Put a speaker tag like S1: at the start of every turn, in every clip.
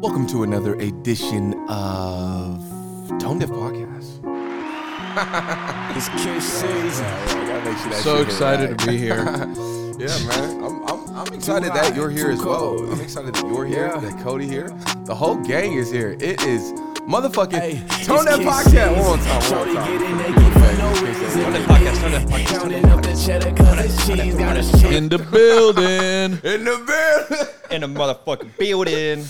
S1: Welcome to another edition of Tone Deaf Podcast.
S2: It's Kiss season.
S3: So excited to be here.
S1: Yeah, man. I'm, I'm, I'm excited that you're here as well. I'm excited that you're here,
S2: Yeah.
S1: that Cody here. The whole gang is here. It is motherfucking
S2: Hey,
S1: Tone Deaf Podcast. One more time, one
S2: Shorty
S1: more time.
S2: getting naked for no reason.
S4: Turn that podcast, turn that podcast, turn
S2: Counting up the cheddar 'cause it's cheese. Got a shit.
S3: In the building.
S1: In the building.
S4: in a motherfucking
S1: Oh,
S4: building.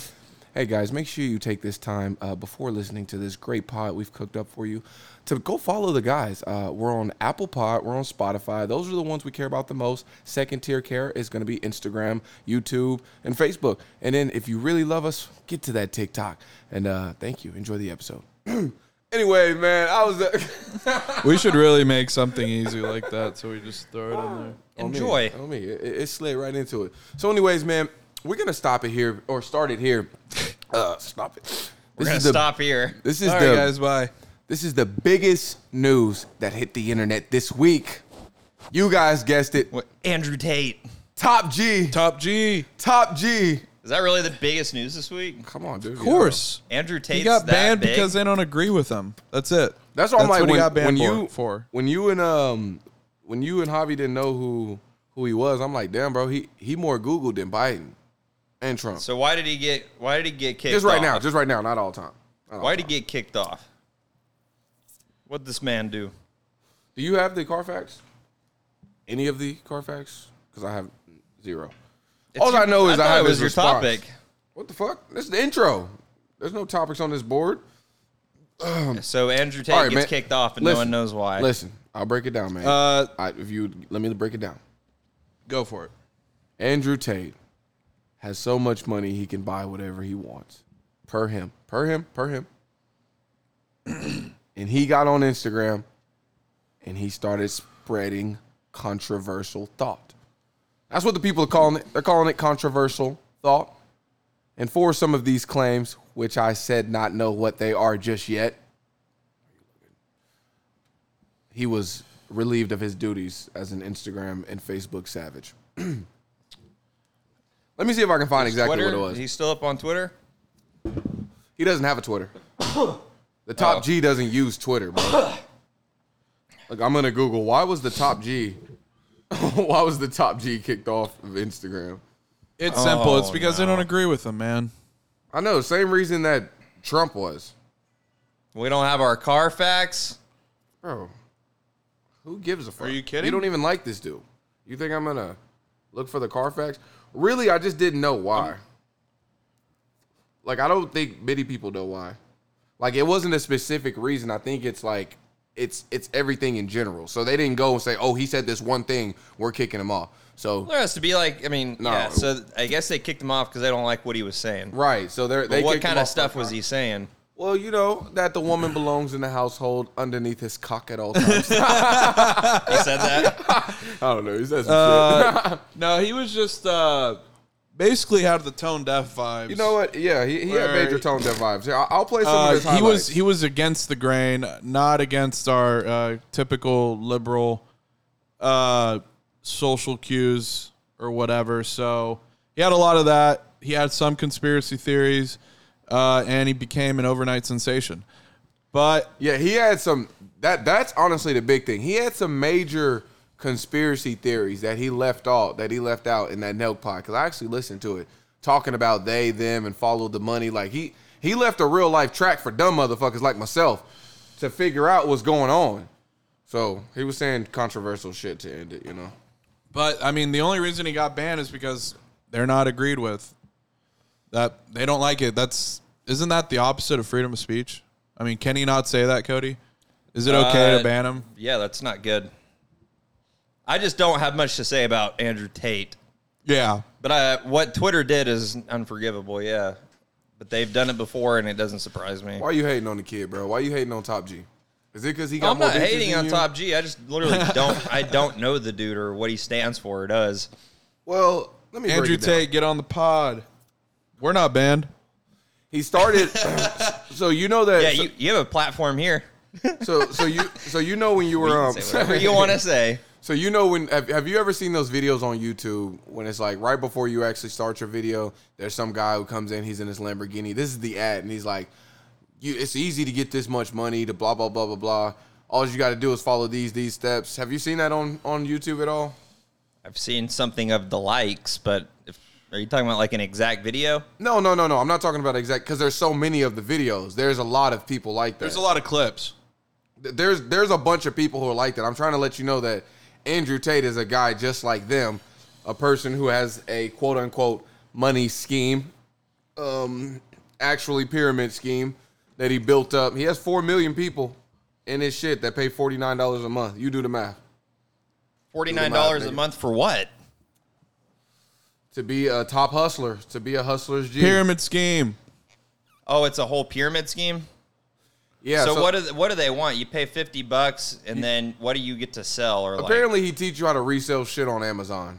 S1: Hey guys, make sure you take this time uh, before listening to this great pod we've cooked up for you to go follow the guys. Uh, we're on Apple Pod, we're on Spotify. Those are the ones we care about the most. Second tier care is going to be Instagram, YouTube, and Facebook. And then if you really love us, get to that TikTok. And uh, thank you. Enjoy the episode. anyway, man, I was. Uh,
S3: We should really make something easy like that so we just throw it in there.
S4: Enjoy.
S1: On me. Oh, It, it slid right into it. So, anyways, man, we're going to stop it here or start it here. Uh, stop it. This
S4: We're gonna
S1: is the-
S4: stop here.
S1: This is
S3: All
S1: the
S3: right, guys, bye.
S1: This is the biggest news that hit the internet this week. You guys guessed it.
S3: What?
S4: Andrew Tate.
S1: Top G.
S3: Top G.
S1: Top G.
S4: Is that really the biggest news this week?
S1: Come on, dude.
S3: Of course.
S4: Andrew Tate's
S3: He got
S4: that
S3: banned
S4: big?
S3: because they don't agree with him. That's it.
S1: That's all I'm like
S3: what
S1: when,
S3: he got
S1: when
S3: banned
S1: you
S3: for.
S1: when you and um when you and Javi didn't know who who he was, I'm like, damn, bro, he he more Googled than Biden and Trump.
S4: So why did he get? Why did he get kicked?
S1: just right
S4: off?
S1: now, just right now, not all time. Not all
S4: why did
S1: time.
S4: he get kicked off? What would this man do?
S1: Do you have the Carfax? Any of the Carfax? Because I have zero. All
S4: your-
S1: I know is I,
S4: thought
S1: have
S4: it was
S1: his
S4: your
S1: response.
S4: topic.
S1: What the fuck? This is the intro. There's no topics on this board.
S4: So Andrew Tate
S1: All right,
S4: gets
S1: man.
S4: kicked off, and no
S1: Listen,
S4: one knows why.
S1: Listen, I'll break it down, man.
S3: Uh,
S1: I, if you let me break it down,
S3: go for it.
S1: Andrew Tate has so much money he can buy whatever he wants, per him, per him, per him. and he got on Instagram, and he started spreading controversial thought. That's what the people are calling it. They're calling it controversial thought. And for some of these claims, which I said not know what they are just yet, he was relieved of his duties as an Instagram and Facebook savage. Let me see if I can find exactly what
S4: Twitter.
S1: it was.
S4: He's still up on Twitter.
S1: He doesn't have a Twitter. The top
S4: Oh.
S1: G doesn't use Twitter, bro. Look, I'm gonna Google why was the top G, why was the top G kicked off of Instagram?
S3: It's simple. It's
S4: Oh,
S3: because they don't agree with him, man.
S1: I know, same reason that Trump was.
S4: We don't have our Carfax.
S1: Bro, who gives a fuck?
S3: you kidding?
S1: You don't even like this dude. You think I'm gonna look for the Carfax? Really, I just didn't know why. like, I don't think many people know why. Like, it wasn't a specific reason. I think it's like it's it's everything in general. So they didn't go and say, "Oh, he said this one thing. We're kicking him off." So
S4: There has to be like, I mean,
S1: No.
S4: yeah. So I guess they kicked him off because they don't like what he was saying.
S1: right. So they're they
S4: But what
S1: kicked him
S4: kind of
S1: off
S4: stuff
S1: for-
S4: was he saying?
S1: Well, you know that the woman belongs in the household underneath his cock at all times. I
S4: He said that.
S1: don't know. He says some shit.
S3: No, he was just uh, basically had the tone deaf vibes.
S1: You know what? Yeah, he, he had
S3: Where-
S1: major tone deaf vibes. Yeah, I'll- I'll play some
S3: Uh,
S1: of his
S3: he was
S1: highlights.
S3: he was against the grain, not against our uh, typical liberal uh, social cues or whatever. So he had a lot of that. He had some conspiracy theories, uh, and he became an overnight sensation. But
S1: yeah, he had some. That that's honestly the big thing. He had some major conspiracy theories that he left out that he left out in that Nelk pod. Because I actually listened to it talking about they them and followed the money. Like he he left a real life track for dumb motherfuckers like myself to figure out what's going on. So he was saying controversial shit to end it. You know.
S3: but I mean, the only reason he got banned is because they're not agreed with. That they don't like it. That's isn't that the opposite of freedom of speech? I mean, can he not say that, Cody? Is it okay
S4: Uh,
S3: to ban him?
S4: Yeah, that's not good. I just don't have much to say about Andrew Tate.
S3: Yeah,
S4: But uh, what Twitter did is unforgivable, yeah. But they've done it before, and it doesn't surprise me.
S1: Why you hating on the kid, bro? Why you hating on Top G? Is it because he got
S4: I'm
S1: more
S4: not
S1: bitches
S4: hating
S1: than
S4: on
S1: you?
S4: Top G. I just literally don't. I don't know the dude or what he stands for or does.
S1: Well, let me break
S3: Andrew
S1: it down.
S3: Tate, get on the pod. We're not banned.
S1: He started. so you know that.
S4: Yeah, you, you have a platform here.
S1: so so you so you know when you were
S4: You
S1: um.
S4: can say whatever you want to say.
S1: So you know when have, have you ever seen those videos on YouTube when it's like right before you actually start your video, there's some guy who comes in, he's in his Lamborghini. This is the ad, and he's like, you, "It's easy to get this much money to blah blah blah blah blah. All you got to do is follow these these steps." Have you seen that on on YouTube at all?
S4: I've seen something of the likes, but if, are you talking about like an exact video?
S1: No, no, no, no. I'm not talking about exact because there's so many of the videos. There's a lot of people like that.
S3: There's a lot of clips.
S1: there's there's a bunch of people who are like that. I'm trying to let you know that Andrew Tate is a guy just like them, a person who has a quote unquote money scheme, um, actually pyramid scheme that he built up. He has four million people in his shit that pay forty nine dollars a month. You do the math
S4: Forty nine dollars a
S1: nigga.
S4: month for what?
S1: to be a top hustler, to be a hustler's G.
S3: Pyramid scheme.
S4: Oh, it's a whole pyramid scheme.
S1: Yeah.
S4: so, what do what do they want? You pay fifty bucks, and then what do you get to sell? Or like,
S1: Apparently, he teach you how to resell shit on Amazon,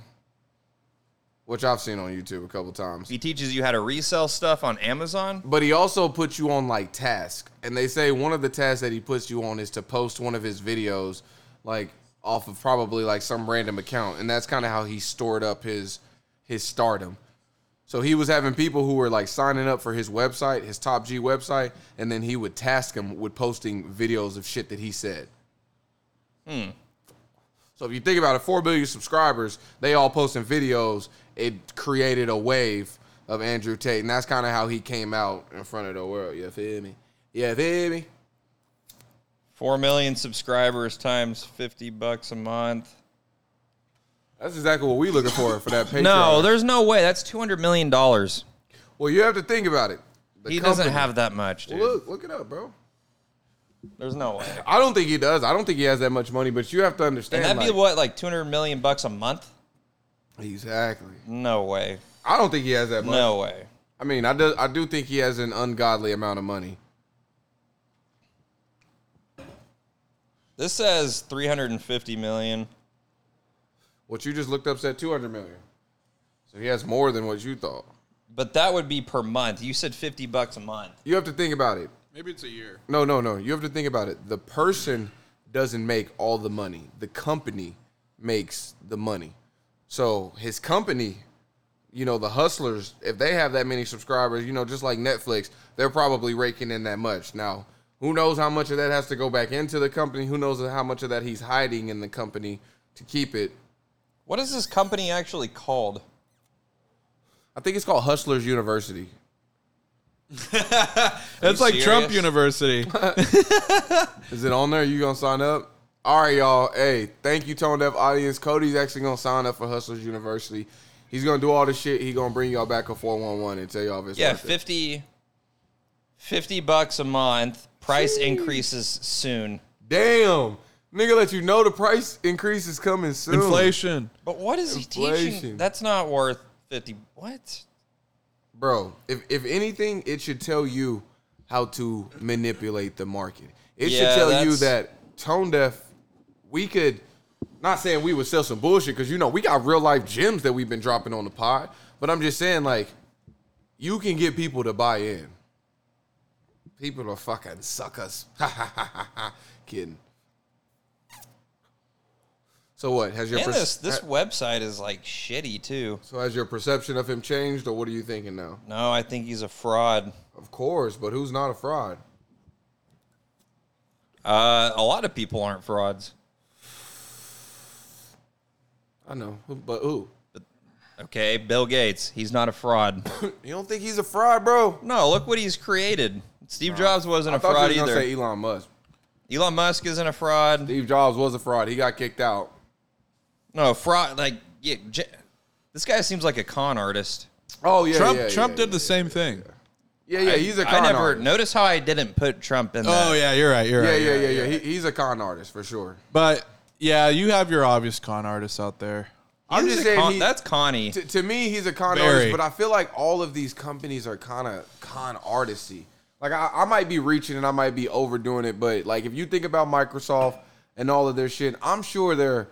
S1: which I've seen on YouTube a couple times.
S4: he teaches you how to resell stuff on Amazon.
S1: But he also puts you on like tasks, and they say one of the tasks that he puts you on is to post one of his videos, like off of probably like some random account, and that's kind of how he stored up his his stardom. So he was having people who were like signing up for his website, his Top G website, and then he would task him with posting videos of shit that he said. So if you think about it, four billion subscribers, they all posting videos. It created a wave of Andrew Tate, and that's kind of how he came out in front of the world. You feel me? Yeah, feel me?
S4: Four million subscribers times fifty bucks a month.
S1: That's exactly what we looking for for that Patreon.
S4: No, there's no way. That's two hundred million dollars.
S1: well, you have to think about it. The
S4: He doesn't
S1: company-
S4: have that much, dude.
S1: Look, look it up, bro.
S4: There's no way.
S1: I don't think he does. I don't think he has that much money, but you have to
S4: And
S1: understand.
S4: that'd be
S1: like-
S4: what, like two hundred million bucks a month?
S1: Exactly.
S4: No way.
S1: I don't think he has that much.
S4: No way.
S1: I mean, I do, I do think he has an ungodly amount of money.
S4: This says three hundred and fifty million.
S1: What you just looked up said 200 million. So he has more than what you thought.
S4: But that would be per month. You said fifty bucks a month.
S1: You have to think about it.
S3: Maybe it's a year.
S1: No, no, no. You have to think about it. The person doesn't make all the money. The company makes the money. So his company, you know, the hustlers, if they have that many subscribers, you know, just like Netflix, they're probably raking in that much. Now, who knows how much of that has to go back into the company? Who knows how much of that he's hiding in the company to keep it?
S4: What is this company actually called?
S1: I think it's called Hustlers University.
S3: It's like Trump
S4: serious?
S3: University.
S1: Is it on there? You gonna sign up? All right, y'all. Hey, thank you, Tone Deaf audience. Cody's actually gonna sign up for Hustlers University. He's gonna do all the shit. He gonna bring y'all back a four one one and tell y'all if it's
S4: Yeah,
S1: worth it.
S4: 50, 50 bucks a month. Price increases soon.
S1: Damn, nigga, let you know the price increase is coming soon.
S3: Inflation.
S4: But what is he
S1: Inflation.
S4: teaching? That's not worth fifty. What?
S1: bro. If if anything, it should tell you how to manipulate the market. It
S4: Yeah,
S1: should tell you
S4: that's-
S1: that Tone Deaf, we could. Not saying we would sell some bullshit because you know we got real life gems that we've been dropping on the pod, but I'm just saying like you can get people to buy in. People are fucking suckers. Kidding. So what has your
S4: And
S1: perc-
S4: this this
S1: ha-
S4: website is like shitty too.
S1: so has your perception of him changed, or what are you thinking now?
S4: No, I think he's a fraud.
S1: Of course, but who's not a fraud?
S4: Uh, a lot of people aren't frauds.
S1: I know, who- but who?
S4: Okay, Bill Gates, he's not a fraud.
S1: You don't think he's a fraud, bro?
S4: no, look what he's created. Steve Jobs wasn't a
S1: I thought
S4: fraud
S1: you were
S4: either.
S1: gonna say Elon Musk.
S4: Elon Musk isn't a fraud.
S1: Steve Jobs was a fraud. He got kicked out.
S4: No, fraud. Like, yeah, J- this guy seems like a con artist.
S1: Oh yeah,
S3: Trump
S1: yeah,
S3: Trump
S1: yeah,
S3: did
S1: yeah,
S3: the same thing.
S1: Yeah, yeah, he's a
S4: I
S1: con
S4: never
S1: artist.
S4: notice how I didn't put Trump in that.
S3: Oh yeah, you're right. You're
S1: yeah,
S3: right.
S1: yeah,
S3: you're
S1: yeah,
S3: right.
S1: yeah. He, he's a con artist for sure.
S3: But yeah, you have your obvious con artists out there.
S1: I'm
S4: He's
S1: just
S4: a
S1: saying
S4: con-
S1: he-
S4: that's Connie.
S1: To, to me, he's a con
S3: Very.
S1: artist, but I feel like all of these companies are kind of con artisty. Like I, I might be reaching and I might be overdoing it, but like if you think about Microsoft and all of their shit, I'm sure they're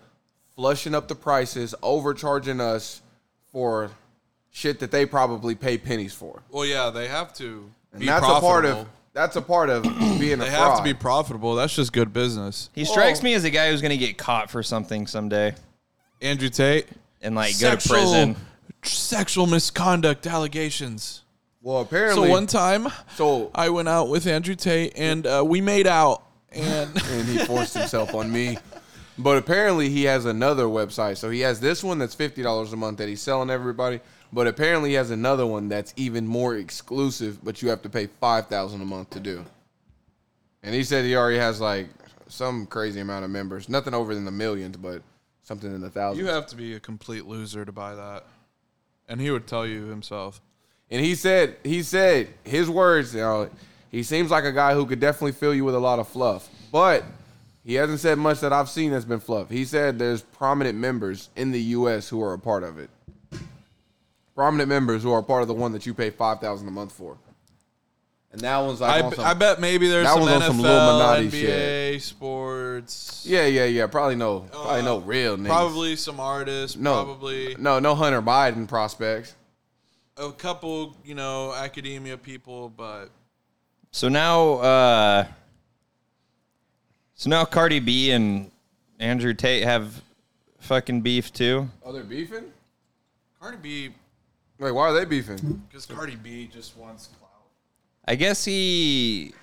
S1: flushing up the prices, overcharging us for shit that they probably pay pennies for.
S3: Well, yeah, they have to.
S1: And that's a part of That's a part of being a
S3: They
S1: fraud.
S3: have to be profitable. That's just good business.
S4: He strikes
S1: oh.
S4: me as a guy who's going to get caught for something someday
S3: Andrew Tate,
S4: and like go to prison.
S3: sexual misconduct allegations.
S1: well, apparently.
S3: So one time,
S1: So-
S3: I went out with Andrew Tate and uh, we made out. And
S1: and he forced himself on me. But apparently he has another website. So he has this one that's fifty dollars a month that he's selling everybody. But apparently he has another one that's even more exclusive, but you have to pay five thousand a month to do. And he said he already has like some crazy amount of members. Nothing over in the millions, but something in the thousands.
S3: you have to be a complete loser to buy that. And he would tell you himself.
S1: And he said, he said his words. You know, he seems like a guy who could definitely fill you with a lot of fluff, but he hasn't said much that I've seen that's been fluff. He said there's prominent members in the U.S. who are a part of it. Prominent members who are a part of the one that you pay five thousand a month for. And that one's like,
S3: I,
S1: on
S3: b-
S1: some-
S3: I bet maybe there's
S1: That
S3: some
S1: one's on
S3: NFL,
S1: some Illuminati
S3: NBA,
S1: shit.
S3: sports.
S1: yeah, yeah, yeah. Probably no, probably no real niggas.
S3: Uh, Probably some artists.
S1: no,
S3: Probably
S1: no, no Hunter Biden prospects.
S3: a couple, you know, academia people, but
S4: So now, uh, so now Cardi B and Andrew Tate have fucking beef too.
S1: Oh, they're beefing.
S3: Cardi B,
S1: Like, why are they beefing?
S3: because Cardi B just wants clout.
S4: I guess he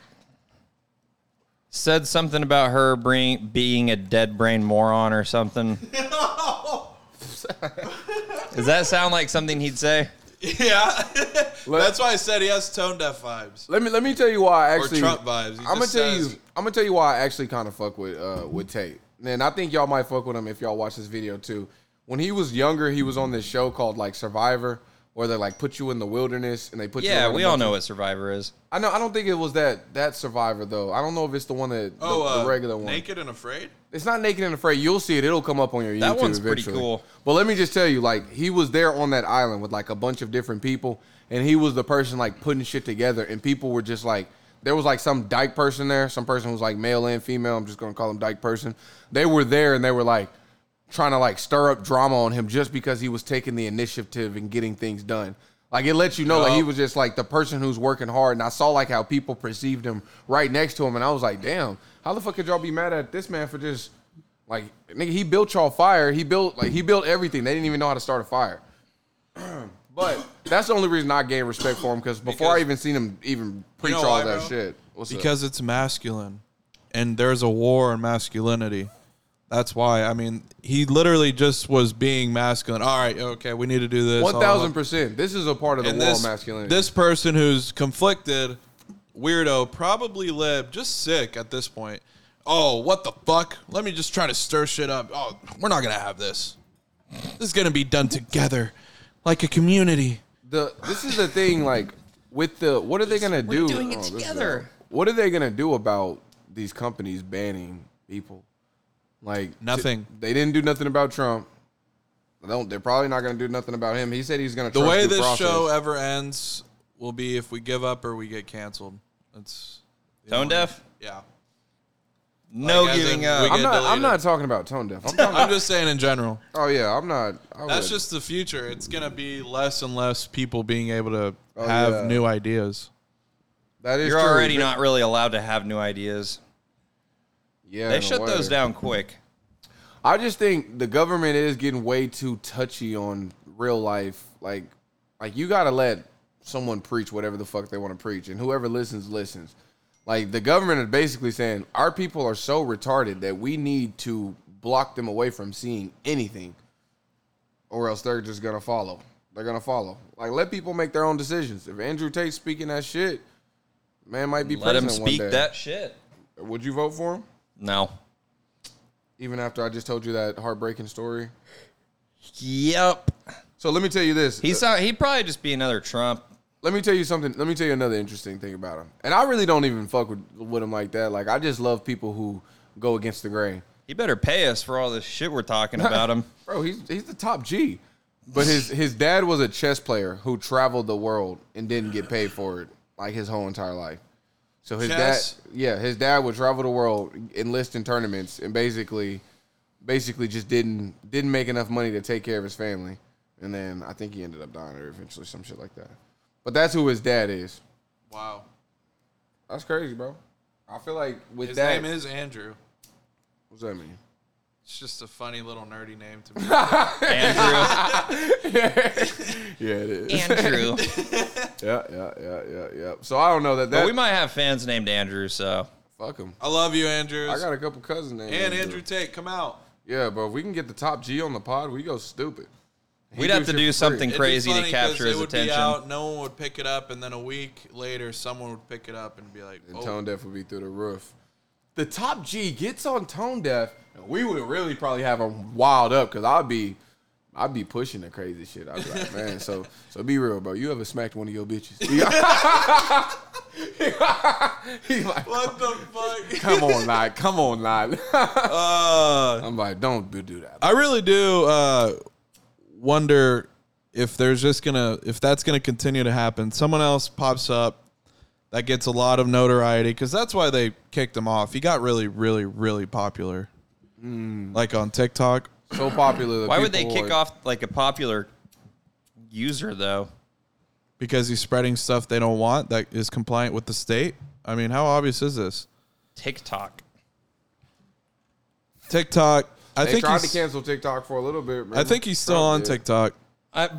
S4: said something about her bring, being a dead brain moron or something. Does that sound like something he'd say?
S3: Yeah, that's why I said he has tone deaf vibes.
S1: Let me let me tell you why I
S3: Or
S1: actually
S3: Trump vibes. He
S1: I'm gonna
S3: just
S1: tell
S3: says-
S1: you I'm gonna tell you why I actually kind of fuck with uh with Tate. And I think y'all might fuck with him if y'all watch this video too. When he was younger, he was on this show called like Survivor where they like put you in the wilderness and they put you
S4: Yeah,
S1: around a
S4: we all
S1: bunch
S4: know
S1: of-
S4: what Survivor is.
S1: I know I don't think it was that that Survivor though. I don't know if it's the one that the,
S3: Oh, uh,
S1: the regular one.
S3: Naked and afraid.
S1: It's not naked and afraid. You'll see it. It'll come up on your YouTube.
S4: That one's pretty
S1: eventually.
S4: cool.
S1: But let me just tell you, like he was there on that island with like a bunch of different people, and he was the person like putting shit together, and people were just like. There was like some dyke person there. Some person who was like male and female. I'm just gonna call him dyke person. They were there and they were like trying to like stir up drama on him just because he was taking the initiative and getting things done. Like it lets you know like he
S3: Yup.
S1: was just like the person who's working hard. And I saw like how people perceived him right next to him, and I was like, damn, how the fuck could y'all be mad at this man for just like nigga? He built y'all fire. He built like he built everything. They didn't even know how to start a fire. but that's the only reason I gained respect for him because before I
S3: Because-
S1: even seen him even preach
S3: know
S1: all
S3: why,
S1: that
S3: bro?
S1: shit. What's up?
S3: because it's masculine and there's a war on masculinity that's why i mean he literally just was being masculine all right okay we need to do this
S1: one thousand percent, this is a part of the
S3: and
S1: war
S3: this,
S1: on masculinity.
S3: this person who's conflicted weirdo probably lived just sick at this point oh what the fuck let me just try to stir shit up oh we're not gonna have this this is gonna be done together like a community
S1: the this is the thing like with the what are they gonna do?
S4: doing it
S1: this is
S4: together.
S1: bad. What are they gonna do about these companies banning people? Like t-
S3: Nothing.
S1: they didn't do nothing about Trump. They don't. They're probably not gonna do nothing about him. He said he's gonna.
S3: The
S1: trust
S3: way
S1: due
S3: this
S1: process.
S3: show ever ends will be if we give up or we get canceled. That's
S4: Tone deaf?
S3: yeah.
S4: No
S3: Like, as
S4: giving
S3: in
S4: up.
S3: we
S1: I'm
S3: get
S1: not. I'm
S3: deleted.
S1: not talking about tone deaf. I'm talking,
S3: I'm just saying in general.
S1: oh yeah, I'm not. I
S3: That's
S1: would-
S3: just the future. It's gonna be less and less people being able to
S1: Oh,
S3: have
S1: yeah.
S3: new ideas.
S1: that is
S4: You're
S1: true.
S4: already not really allowed to have new ideas.
S1: Yeah,
S4: They
S1: in a
S4: shut
S1: way.
S4: those down quick.
S1: I just think the government is getting way too touchy on real life. Like, like you gotta let someone preach whatever the fuck they want to preach, and whoever listens listens. Like the government is basically saying our people are so retarded that we need to block them away from seeing anything, or else they're just gonna follow. They're gonna follow. Like let people make their own decisions. If Andrew Tate's speaking that shit, man might be
S4: Let him
S1: president
S4: speak
S1: one day.
S4: that shit.
S1: Would you vote for him?
S4: No.
S1: Even after I just told you that heartbreaking story.
S4: Yep.
S1: So let me tell you this.
S4: He sound, he'd probably just be another Trump.
S1: let me tell you something. Let me tell you another interesting thing about him. And I really don't even fuck with, with him like that. Like I just love people who go against the grain.
S4: He better pay us for all this shit we're talking about him.
S1: Bro, he's he's the top G. But his his dad was a chess player who traveled the world and didn't get paid for it like his whole entire life. So his
S3: Chess?
S1: dad, yeah, his dad would travel the world, enlist in tournaments, and basically, basically just didn't didn't make enough money to take care of his family. And then I think he ended up dying or eventually some shit like that. But that's who his dad is.
S3: Wow.
S1: That's crazy, bro. I feel like with
S3: His
S1: that,
S3: name is Andrew.
S1: what's that mean?
S3: It's just a funny little nerdy name to me.
S4: Andrew.
S1: Yeah, it is.
S4: Andrew.
S1: yeah, yeah, yeah, yeah, yeah. So I don't know that.
S4: But
S1: That
S4: we might have fans named Andrew, so
S1: fuck him.
S3: I love you, Andrews.
S1: I got a couple cousins named
S3: and Andrew Tate, come out.
S1: Yeah, but if we can get the top G on the pod, we go stupid. He
S4: we'd
S1: do
S4: have to
S1: shit
S4: do
S1: for free.
S4: something
S3: It'd be
S4: crazy to
S3: funny 'cause
S4: capture
S3: it
S4: his
S3: would be
S4: attention.
S3: out, no one would pick it up, and then a week later, someone would pick it up and be like,
S1: And
S3: oh,
S1: tone deaf would be through the roof. The top G gets on tone deaf, and we would really probably have him wild up because I'd be, I'd be pushing the crazy shit. I'd be like, man, so so be real, bro. You ever smacked one of your bitches? He's like,
S3: what the fuck?
S1: come on, lad, come on, lad.
S3: Uh,
S1: I'm like, don't do- do that.
S3: I really do uh, wonder if there's just gonna if that's gonna continue to happen. Someone else pops up that gets a lot of notoriety because that's why they kicked him off. He got really, really, really popular,
S1: Hmm.
S3: like on TikTok.
S1: So popular. that
S4: Why would they
S1: people
S4: kick
S1: are-
S4: off like a popular user though?
S3: because he's spreading stuff they don't want that is compliant with the state. I mean, how obvious is this?
S4: TikTok.
S3: TikTok. I
S1: They
S3: think
S1: tried to
S3: he's,
S1: cancel TikTok for a little bit. Remember?
S3: I think he's still
S1: Trump
S3: on
S1: did.
S3: TikTok.
S4: I,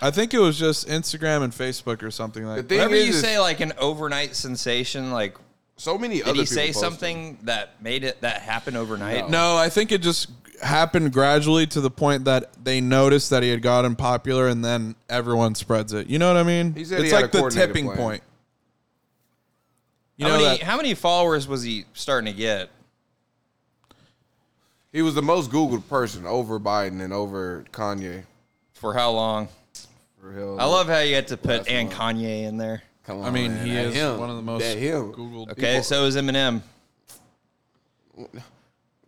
S3: I think it was just Instagram and Facebook or something
S1: The
S3: like that.
S1: thing
S4: whenever
S1: is,
S4: you
S1: is
S4: say like an overnight sensation, like
S1: so many
S4: did
S1: other
S4: he say
S1: people posted.
S4: something that made it that happen overnight?
S3: No, I think it just happened gradually to the point that they noticed that he had gotten popular and then everyone spreads it. You know what I mean?
S1: He said
S3: it's
S1: he had
S3: like
S1: a
S3: the
S1: coordinated
S3: tipping
S1: plan.
S3: point. You
S4: how,
S3: know
S4: many,
S3: that
S4: how many followers was he starting to get?
S1: He was the most Googled person over Biden and over Kanye.
S4: For how long?
S1: For hell,
S4: I love how you had to put and Kanye in there.
S1: Come on,
S3: I mean,
S1: Oh, man.
S3: he
S1: That
S3: is
S1: him.
S3: one of the most
S1: That him.
S3: Googled.
S4: Okay, so is Eminem.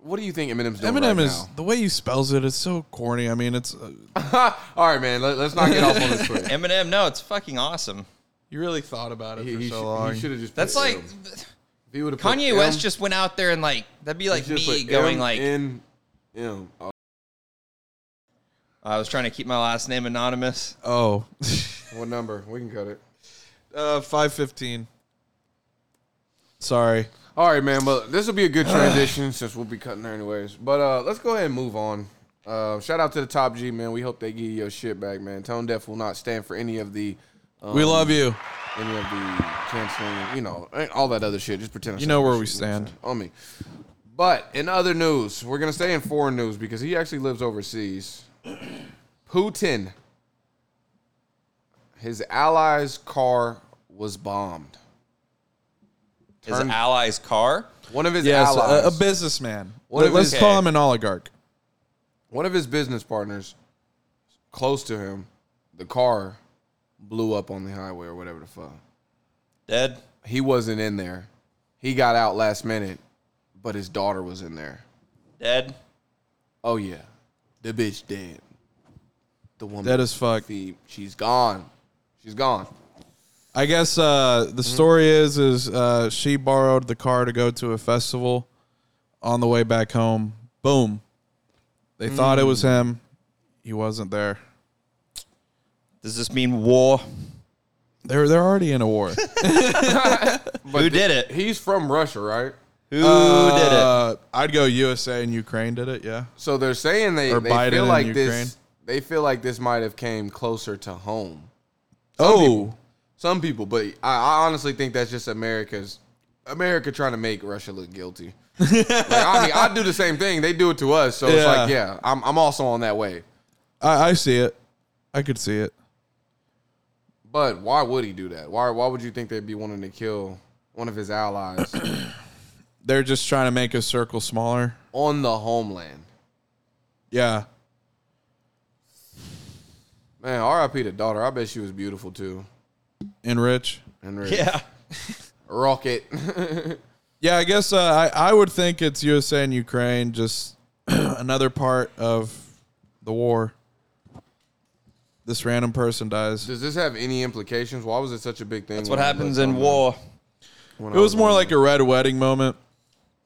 S1: What do you think Eminem's doing
S3: Eminem
S1: right
S3: is
S1: now?
S3: the way he spells it. It's so corny. I mean, it's uh,
S1: All right, man. Let, us not get off on this quick.
S4: Eminem, no, it's fucking awesome.
S3: you really thought about it
S1: He,
S3: for so long.
S1: should have just.
S4: That's
S1: put
S4: like
S1: M. If he would've put
S4: Kanye
S1: M,
S4: West just went out there and like that'd be
S1: he
S4: like
S1: should've
S4: me
S1: put
S4: going
S1: M
S4: like
S1: in M. Oh,
S4: "Oh, I was trying to keep my last name anonymous.
S3: oh,
S1: what number? We can cut it.
S3: uh, five fifteen. Sorry.
S1: All right, man. But this will be a good transition since we'll be cutting there anyways. But uh, let's go ahead and move on. Uh, shout out to the top G, man. We hope they give you your shit back, man. Tone Deaf will not stand for any of the
S3: we love you.
S1: any of the canceling, you know, and all that other shit. Just pretend. I
S3: You
S1: said
S3: know
S1: that
S3: where
S1: shit,
S3: we
S1: you know what I'm
S3: stand.
S1: saying? on me. But in other news, we're gonna stay in foreign news because he actually lives overseas. Putin, his allies' car was bombed.
S4: His
S1: Turn-
S4: ally's car.
S1: One of his
S3: Yes,
S1: allies,
S3: a, a businessman.
S1: What if
S3: Let's
S4: it's-
S3: call him an oligarch.
S1: one of his business partners, close to him, the car blew up on the highway or whatever the fuck.
S4: Dead.
S1: He wasn't in there. He got out last minute, but his daughter was in there.
S4: Dead.
S1: Oh yeah, the bitch dead. The woman
S3: Dead as fuck.
S1: She, she's gone. She's gone.
S3: I guess uh,
S4: Mm-hmm.
S3: the story is is uh, she borrowed the car to go to a festival. On the way back home, boom. They thought it was
S4: Mm.
S3: him. He wasn't there.
S4: Does this mean war?
S3: They're they're already in a war.
S4: Who did it?
S1: He's from Russia, right?
S4: Who did it?
S3: Uh, I'd go USA and Ukraine did it. Yeah.
S1: So they're saying they,
S3: Or
S1: they
S3: Biden
S1: feel
S3: and
S1: like
S3: Ukraine.
S1: this. They feel like this might have came closer to home.
S3: Oh,
S1: Some people, but I, I honestly think that's just America's America trying to make Russia look guilty. like, I mean, I do the same thing. They do it to us, so it's
S3: Yeah.
S1: like, yeah, I'm I'm also on that way.
S3: I, I see it. I could see it.
S1: But why would he do that? Why why would you think they'd be wanting to kill one of his allies
S3: They're just trying to make a circle smaller.
S1: on the homeland?
S3: Yeah.
S1: Man, R.I.P. the daughter. I bet she was beautiful too.
S3: And rich.
S1: And rich.
S4: Yeah.
S1: rocket.
S3: Yeah, I guess uh, I I would think it's USA and Ukraine, just another part of the war. This random person dies.
S1: Does this have any implications? Why was it such a big thing?
S4: That's what happens in war.
S3: It was more like a red wedding moment.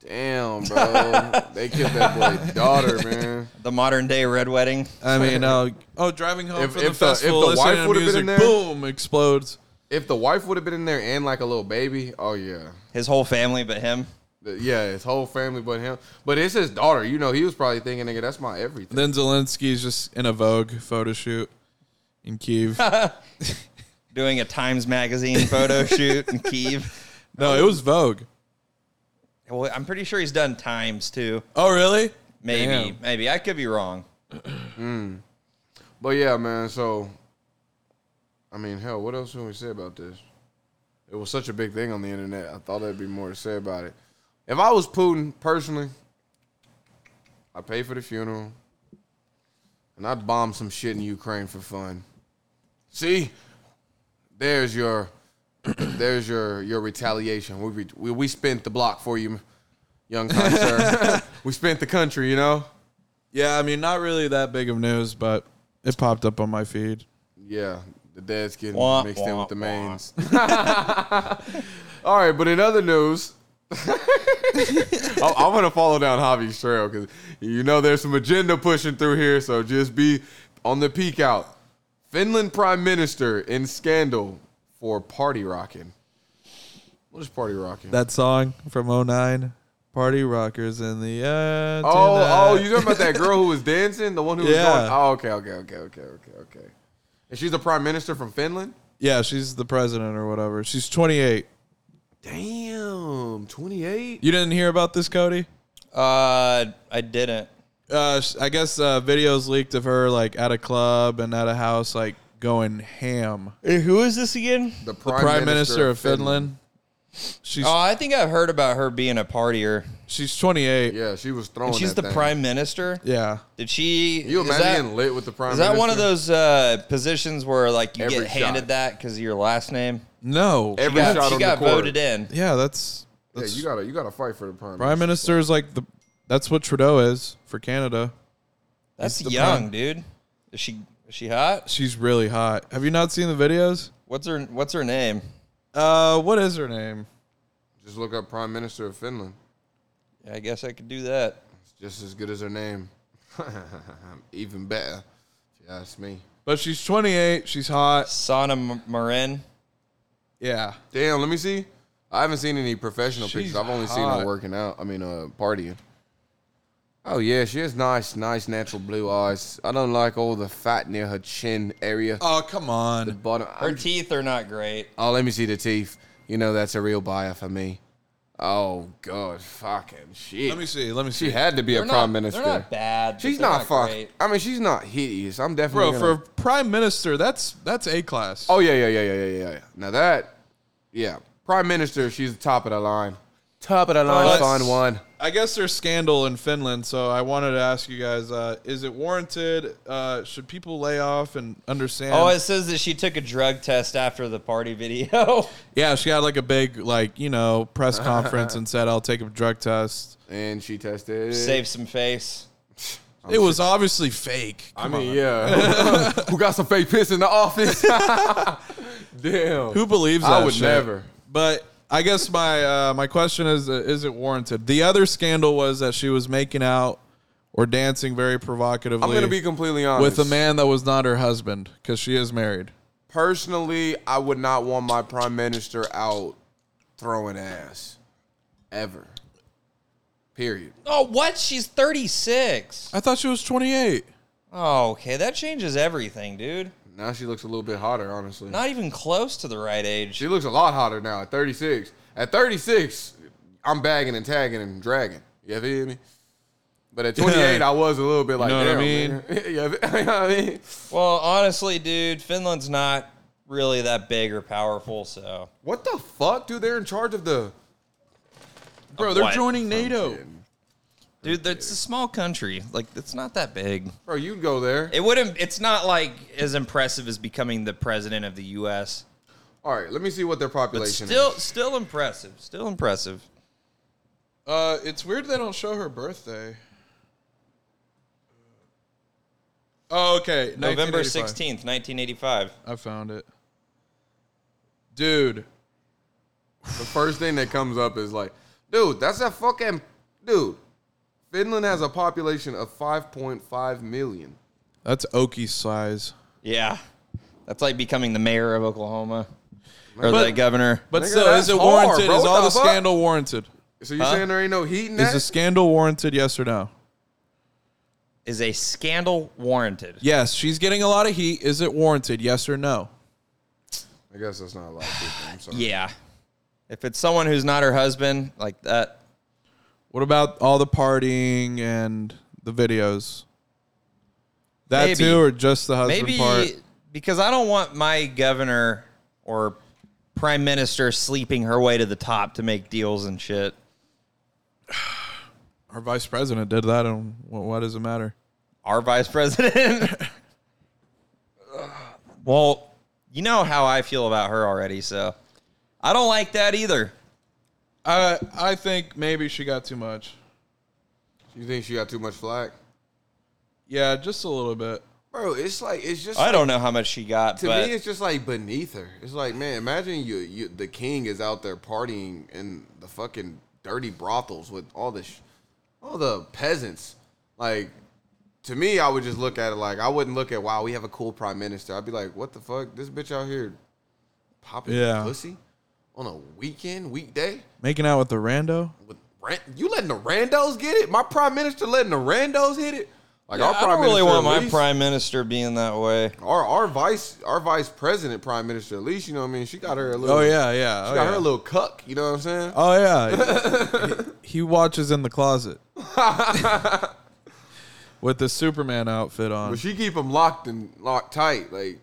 S1: damn, bro. they killed that boy daughter, man.
S4: The modern day red wedding.
S3: I mean, uh, oh, driving home
S1: If-
S3: from the
S1: if the- if
S3: festival,
S1: the
S3: listening
S1: wife
S3: to
S1: would've been
S3: music,
S1: in there-
S3: boom, explodes.
S1: If the wife would have been in there and like a little baby, oh yeah,
S4: His whole family, but him.
S1: The- yeah, his whole family but him. But it's his daughter. You know, he was probably thinking, nigga, that's my everything.
S3: Then Zelensky's just in a Vogue photo shoot in Kiev.
S4: Doing a Times Magazine photo shoot in Kiev.
S3: no, Oh, it was Vogue.
S4: Well, I'm pretty sure he's done Times too.
S3: Oh, really?
S4: Maybe,
S3: Damn.
S4: maybe I could be wrong.
S1: But yeah, man. So, I mean, hell, what else can we say about this? It was such a big thing on the internet. I thought there'd be more to say about it. If I was Putin personally, I'd pay for the funeral, and I'd bomb some shit in Ukraine for fun. See, there's your, there's your your retaliation. We re- we, we spent the block for you, young time sir. we spent the country, you know.
S3: Yeah, I mean, not really that big of news, but it popped up on my feed.
S1: Yeah, the dad's getting
S4: Wah,
S1: mixed in
S4: wah,
S1: with the
S4: wah.
S1: mains. All right, but in other news, I, I'm gonna follow down Javi's trail because you know there's some agenda pushing through here, so just be on the peek out. Finland Prime Minister in scandal for party rocking. What is party rocking?
S3: That song from 09, Party Rockers in the air.
S1: oh, oh,
S3: tonight.
S1: you talking about that girl who was dancing, the one who
S3: Yeah.
S1: was going? Oh, okay, okay, okay, okay, okay, okay. And she's the prime minister from Finland.
S3: Yeah, she's the president or whatever. She's 28.
S1: Damn, 28.
S3: You didn't hear about this, Cody?
S4: Uh, I didn't.
S3: Uh, sh- I guess uh, videos leaked of her like at a club and at a house, like going ham.
S4: Who is this again?
S1: The prime,
S3: Prime, Minister, of Finland. She's
S4: Oh, I think I've heard about her being a partier.
S3: she's 28. Yeah.
S1: Yeah, she was throwing.
S4: And she's
S1: Oh, that
S4: the
S1: thing.
S4: prime minister. Did she?
S1: You
S4: is
S1: imagine
S4: that-
S1: getting lit with the prime.
S4: Is that
S1: minister?
S4: one of those uh, positions where like you
S1: Every
S4: get handed
S1: shot.
S4: that because of your last name?
S3: No.
S1: Every
S4: Yeah,
S1: shot
S4: she
S1: on
S4: got
S1: the court.
S4: voted in.
S3: yeah, that's,
S1: Yeah,
S3: that's
S1: you gotta you gotta fight for the prime.
S3: Prime
S1: minister.
S3: Minister is like the that's what Trudeau is for Canada.
S4: That's
S3: It's the
S4: young,
S3: prime-
S4: dude. Is she? Is she hot?
S3: She's really hot. Have you not seen the videos?
S4: What's her? What's her name?
S3: Uh, what is her name?
S1: Just look up prime minister of Finland.
S4: I guess I could do that.
S1: It's just as good as her name. Even better. If you ask me.
S3: But she's 28. She's hot.
S4: Sana M- Marin.
S3: Yeah.
S1: Damn. Let me see. I haven't seen any professional
S3: She's
S1: pictures. I've only seen her
S3: hot.
S1: working out. I mean, uh, partying. Oh yeah, she has nice, nice natural blue eyes. I don't like all the fat near her chin area.
S3: Oh come
S1: The
S3: on.
S1: bottom.
S4: Her
S1: I'm
S4: teeth are not great.
S1: Oh, let me see the teeth. You know that's a real buyer for me. Oh God, fucking shit.
S3: Let me see. Let me see.
S1: She had to be
S4: They're
S1: a
S4: not-
S1: prime minister.
S4: They're not bad. but
S1: she's
S4: they're
S1: not, fuck.
S4: great.
S1: I mean, she's not hideous. I'm definitely
S3: Bro, for
S1: gonna-
S3: a prime minister, that's that's a class.
S1: oh yeah, yeah, yeah, yeah, yeah, yeah. yeah. Now that, yeah, prime minister. She's the top of the line. Top of the line,
S3: But-
S1: fine one.
S3: I guess there's scandal in Finland, so I wanted to ask you guys: uh, Is it warranted? Uh, should people lay off and understand?
S4: Oh, it says that she took a drug test after the party video.
S3: yeah, she had like a big, like you know, press conference and said, "I'll take a drug test."
S1: And she tested.
S4: Save some face.
S3: it was obviously fake.
S1: I
S3: Come
S1: mean,
S3: on.
S1: yeah. Who got some fake piss in the office? Damn.
S3: Who believes that?
S1: I would
S3: shit?
S1: never.
S3: But I guess my uh, my question is: uh, Is it warranted? The other scandal was that she was making out or dancing very provocatively
S1: I'm gonna be completely honest
S3: with a man that was not her husband because she is married.
S1: personally, I would not want my prime minister out throwing ass ever. Period.
S4: Oh, what? She's 36.
S3: I thought she was 28.
S4: Oh, okay. That changes everything, dude.
S1: Now she looks a little bit hotter, honestly.
S4: Not even close to the right age.
S1: She looks a lot hotter now at 36. At 36, I'm bagging and tagging and dragging. You feel me? But at 28, I was a little bit like,
S3: know what I
S1: damn,
S3: mean?
S1: man. You feel- you know what I mean?
S4: Well, honestly, dude, Finland's not really that big or powerful, so.
S1: What the fuck, dude? They're in charge of the.
S3: Bro, they're
S4: what?
S3: joining NATO.
S4: Dude, it's a small country. Like, it's not that big.
S1: Bro, you'd go there.
S4: It wouldn't, it's not like as impressive as becoming the president of the U.S.,
S1: All right, let me see what their
S4: but
S1: population
S4: still,
S1: is.
S4: still impressive. Still impressive.
S3: Uh, it's weird they don't show her birthday. Oh, okay.
S4: November
S3: 1985.
S4: 16th, 1985.
S3: I found it. Dude.
S1: The first thing that comes up is like, dude, that's a fucking dude. Finland has a population of 5.5 million.
S3: That's Oki's size.
S4: Yeah. That's like becoming the mayor of Oklahoma. or the governor.
S3: But
S1: Nigga,
S3: still, is
S1: that's
S3: it
S1: hard,
S3: warranted?
S1: bro.
S3: Is
S1: What
S3: all
S1: the
S3: the,
S1: fuck?
S3: scandal warranted?
S1: So you saying there ain't no heat in
S3: Is
S1: that?
S3: the scandal warranted? Yes or no?
S4: Is a scandal warranted?
S3: Yes, she's getting a lot of heat. Is it warranted? Yes or no?
S1: I guess that's not a lot of people. I'm sorry.
S4: Yeah. If it's someone who's not her husband, like that,
S3: What about all the partying and the videos? That
S4: Maybe.
S3: too, or just the husband
S4: maybe
S3: part?
S4: because I don't want my governor or prime minister sleeping her way to the top to make deals and shit.
S3: Our vice president did that, and wh- why does it matter?
S4: Our vice president. well, you know how I feel about her already, so I don't like that either.
S3: I I think maybe she got too much.
S1: You think she got too much flack?
S3: Yeah, just a little bit.
S1: Bro, it's like it's just
S4: I don't know how much she got,
S1: to
S4: but
S1: me it's just like beneath her. It's like, man, imagine you, you the king is out there partying in the fucking dirty brothels with all the sh- all the peasants. Like to me, I would just look at it like I wouldn't look at wow, we have a cool prime minister. I'd be like, what the fuck? This bitch out here popping
S3: Yeah.
S1: pussy on a weekend, weekday?
S3: Making out with the rando.
S1: with ran- you letting the randos get it? My prime minister letting the randos hit it? Like
S4: Yeah, I don't really
S1: minister
S4: want
S1: at
S4: my
S1: least-
S4: prime minister being that way.
S1: our our vice our vice president prime minister at least you know what I mean she got her a little
S3: Oh yeah,
S1: she
S3: yeah. Oh
S1: got
S3: yeah.
S1: her a little cuck you know what I'm saying
S3: Oh, yeah. he, he watches in the closet with the Superman outfit on.
S1: but she keep him locked and locked tight like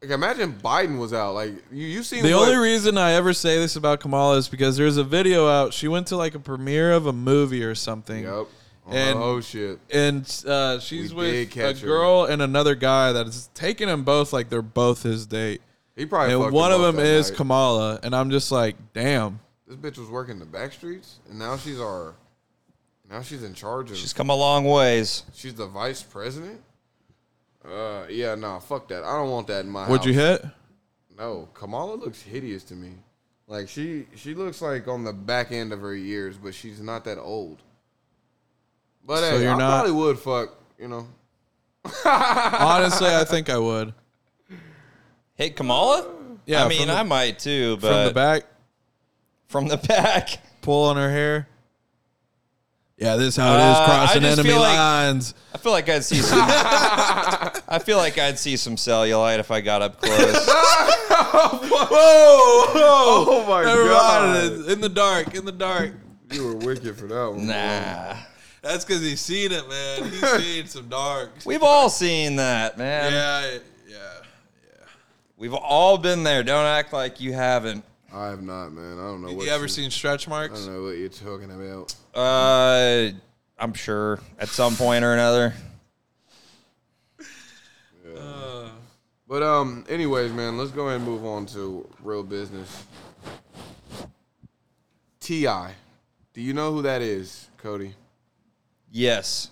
S1: like imagine Biden was out like you you seen
S3: The
S1: what-
S3: only reason I ever say this about Kamala is because there's a video out. She went to like a premiere of a movie or something.
S1: yep
S3: And-
S1: oh shit
S3: And uh, she's
S1: We did
S3: with a
S1: catch her.
S3: girl and another guy that is taking them both like they're both his date.
S1: he probably
S3: And
S1: fucked
S3: one
S1: him
S3: of
S1: up
S3: them
S1: that
S3: is
S1: night.
S3: Kamala. And I'm just like, damn.
S1: this bitch was working the back streets and now she's our now she's in charge of
S4: She's come a long ways.
S1: She's the vice president. Uh, yeah, nah, fuck that. I don't want that in my
S3: Would you
S1: house.
S3: hit?
S1: No, Kamala looks hideous to me. Like she, she looks like on the back end of her years, but she's not that old. But
S3: So
S1: hey,
S3: you're
S1: I
S3: not-
S1: probably would fuck. You know,
S3: Honestly, I think I would.
S4: Hit Kamala?
S3: Yeah,
S4: I mean,
S3: from the-
S4: I might too, but
S3: From the back,
S4: From the back.
S3: pull on her hair. Yeah, this is how it is
S4: Uh, I
S3: crossing
S4: just
S3: enemy
S4: feel like-
S3: lines.
S4: I feel like I'd see some. I feel like I'd see some cellulite if I got up close.
S3: Whoa, whoa.
S1: Oh my
S3: Never
S1: God.
S3: mind. It's In the dark, in the dark.
S1: you were wicked for that one.
S4: nah,
S3: That's because he's seen it, man. He's seen some dark.
S4: we've all seen that, man.
S3: Yeah, yeah.
S4: We've all been there. Don't act like you haven't.
S1: I have not, man. I don't know. what
S3: You ever
S1: you-
S3: seen stretch
S1: I
S3: marks?
S1: don't know what you're talking about.
S4: Uh, I'm sure at some point or another.
S1: But um, anyways, man, let's go ahead and move on to real business. Ti, do you know who that is, Cody?
S4: Yes.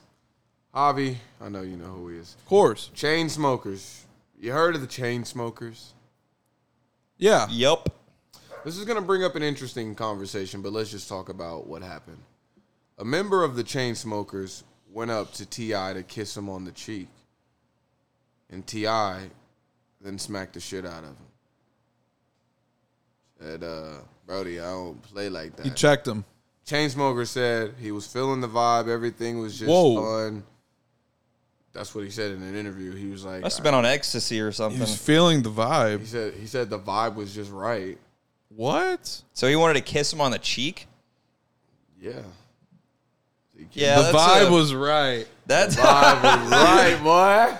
S1: Javi, I know you know who he is.
S3: Of course.
S1: Chain smokers. You heard of the chain smokers?
S3: Yeah.
S4: Yep.
S1: This is going to bring up an interesting conversation, but let's just talk about what happened. A member of the chain smokers went up to T.I. to kiss him on the cheek. And T.I. then smacked the shit out of him. Said, uh, Brody, I don't play like
S3: You
S1: that.
S3: checked him.
S1: chain smoker said he was feeling the vibe. Everything was just
S3: Whoa.
S1: fun. That's what he said in an interview. He was like,
S4: Must have been on ecstasy or
S3: He
S4: something.
S3: was feeling the
S1: He
S3: vibe.
S1: said he said the vibe was just right.
S3: What?
S4: So he wanted to kiss him on the cheek.
S1: Yeah.
S4: Yeah,
S3: the
S4: that's
S3: vibe
S4: a-
S3: was right.
S4: That's
S1: Vibe was right,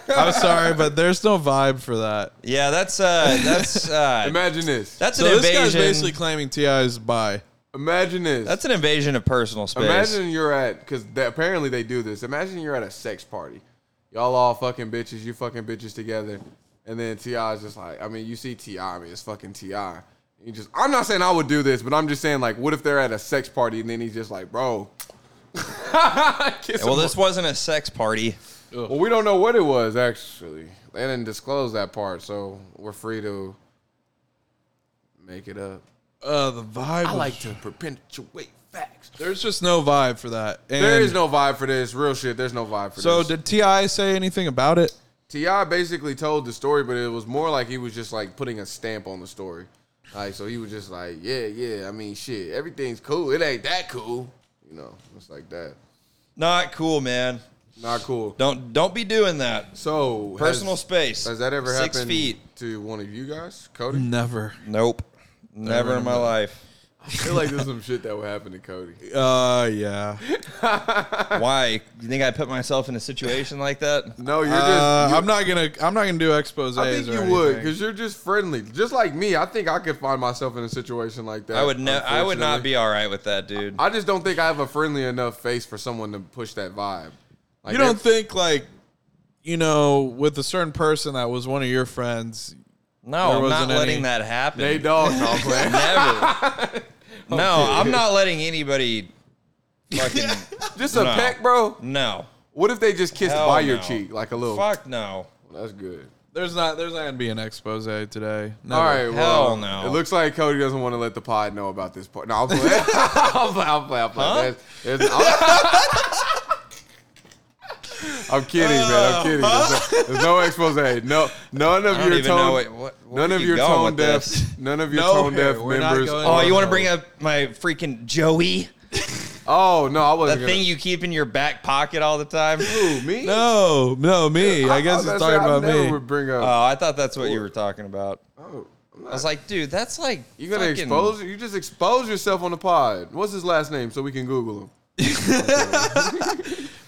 S1: boy.
S3: I'm sorry, but there's no vibe for that.
S4: yeah. That's uh. That's uh.
S1: Imagine this.
S4: That's an
S3: So this
S4: invasion.
S3: guy's basically claiming Ti is bi.
S1: Imagine this.
S4: That's an invasion of personal space.
S1: Imagine you're at because apparently they do this. Imagine you're at a sex party, y'all all fucking bitches, you fucking bitches together, and then Ti is just like, I mean, you see Ti, I mean, it's fucking Ti. You just, I'm not saying I would do this, but I'm just saying like, what if they're at a sex party and then he's just like, bro, kiss
S4: well,
S1: him
S4: this wasn't a sex party.
S1: Well, we don't know what it was actually. They didn't disclose that part, so we're free to make it up.
S3: Uh, the vibe. was-
S1: to perpetuate facts.
S3: There's just no vibe for that. And
S1: There is no vibe for this. Real shit. There's no vibe for
S3: So
S1: this.
S3: did Ti say anything about it?
S1: Ti basically told the story, but it was more like he was just like putting a stamp on the story. Like so, he was just like, yeah, yeah. I mean, shit, everything's cool. It ain't that cool, you know. It's like that.
S4: Not cool, man.
S1: Not cool.
S4: Don't don't be doing that.
S1: So has-
S4: Personal space.
S1: Has that ever
S4: Six
S1: happened
S4: feet.
S1: to one of you guys, Cody?
S3: Never.
S4: Nope. Never in my life.
S1: I feel like there's some shit that would happen to Cody.
S3: Uh, yeah.
S4: Why? You think I put myself in a situation like that?
S1: No, you're just.
S3: Uh,
S1: you-
S3: I'm not gonna. I'm not gonna do exposés.
S1: I think
S3: or
S1: you would
S3: anything.
S1: because you're just friendly, just like me. I think I could find myself in a situation like that.
S4: I would ne- I would not
S1: unfortunately.
S4: be all right with that, dude.
S1: I just don't think I have a friendly enough face for someone to push that vibe. Like
S3: you don't
S1: if-
S3: think like, you know, with a certain person that was one of your friends.
S4: No,
S3: There
S4: I'm not
S3: wasn't any-
S4: letting that happen.
S1: they dog no, I'm playing.
S4: Never. no, I'm not letting anybody fucking
S1: Just a
S4: No.
S1: peck, bro.
S4: No.
S1: What if they just kissed
S4: Hell
S1: by your
S4: no.
S1: cheek like a little?
S4: Fuck no.
S1: That's good.
S3: There's not. There's not gonna be an expose today.
S1: All right, well,
S4: Hell no.
S1: It looks like Cody doesn't want to let the pod know about this part. No, I'm playing. I'm playing. I'm playing. I'm, playing. That's- that's- I'm- I'm kidding, man. I'm kidding. There's no, there's no expose. No, none of
S4: Uh, I don't
S1: your
S4: even know
S1: tone.
S4: what, what, where
S1: none of
S4: you
S1: your
S4: going
S1: tone
S4: with
S1: deaf.
S4: this?
S1: None of your
S3: No,
S1: tone deaf
S3: we're not
S1: members.
S3: going-
S4: Oh,
S1: are-
S4: you want to bring up my freaking Joey?
S1: Oh no, I
S4: The
S1: wasn't.
S4: thing you keep in your back pocket all the time?
S1: gonna, Who, me.
S3: No, no, me. I guess
S1: was
S3: it's
S1: gonna
S3: talking
S1: say, I
S3: about
S1: never
S3: me.
S1: Would bring
S4: Oh,
S1: up.
S4: I thought that's what you were talking about.
S1: oh, I'm
S4: I was
S1: not,
S4: like, dude, that's like
S1: you gonna
S4: fucking-
S1: expose? You just expose yourself on the pod. What's his last name so we can Google him?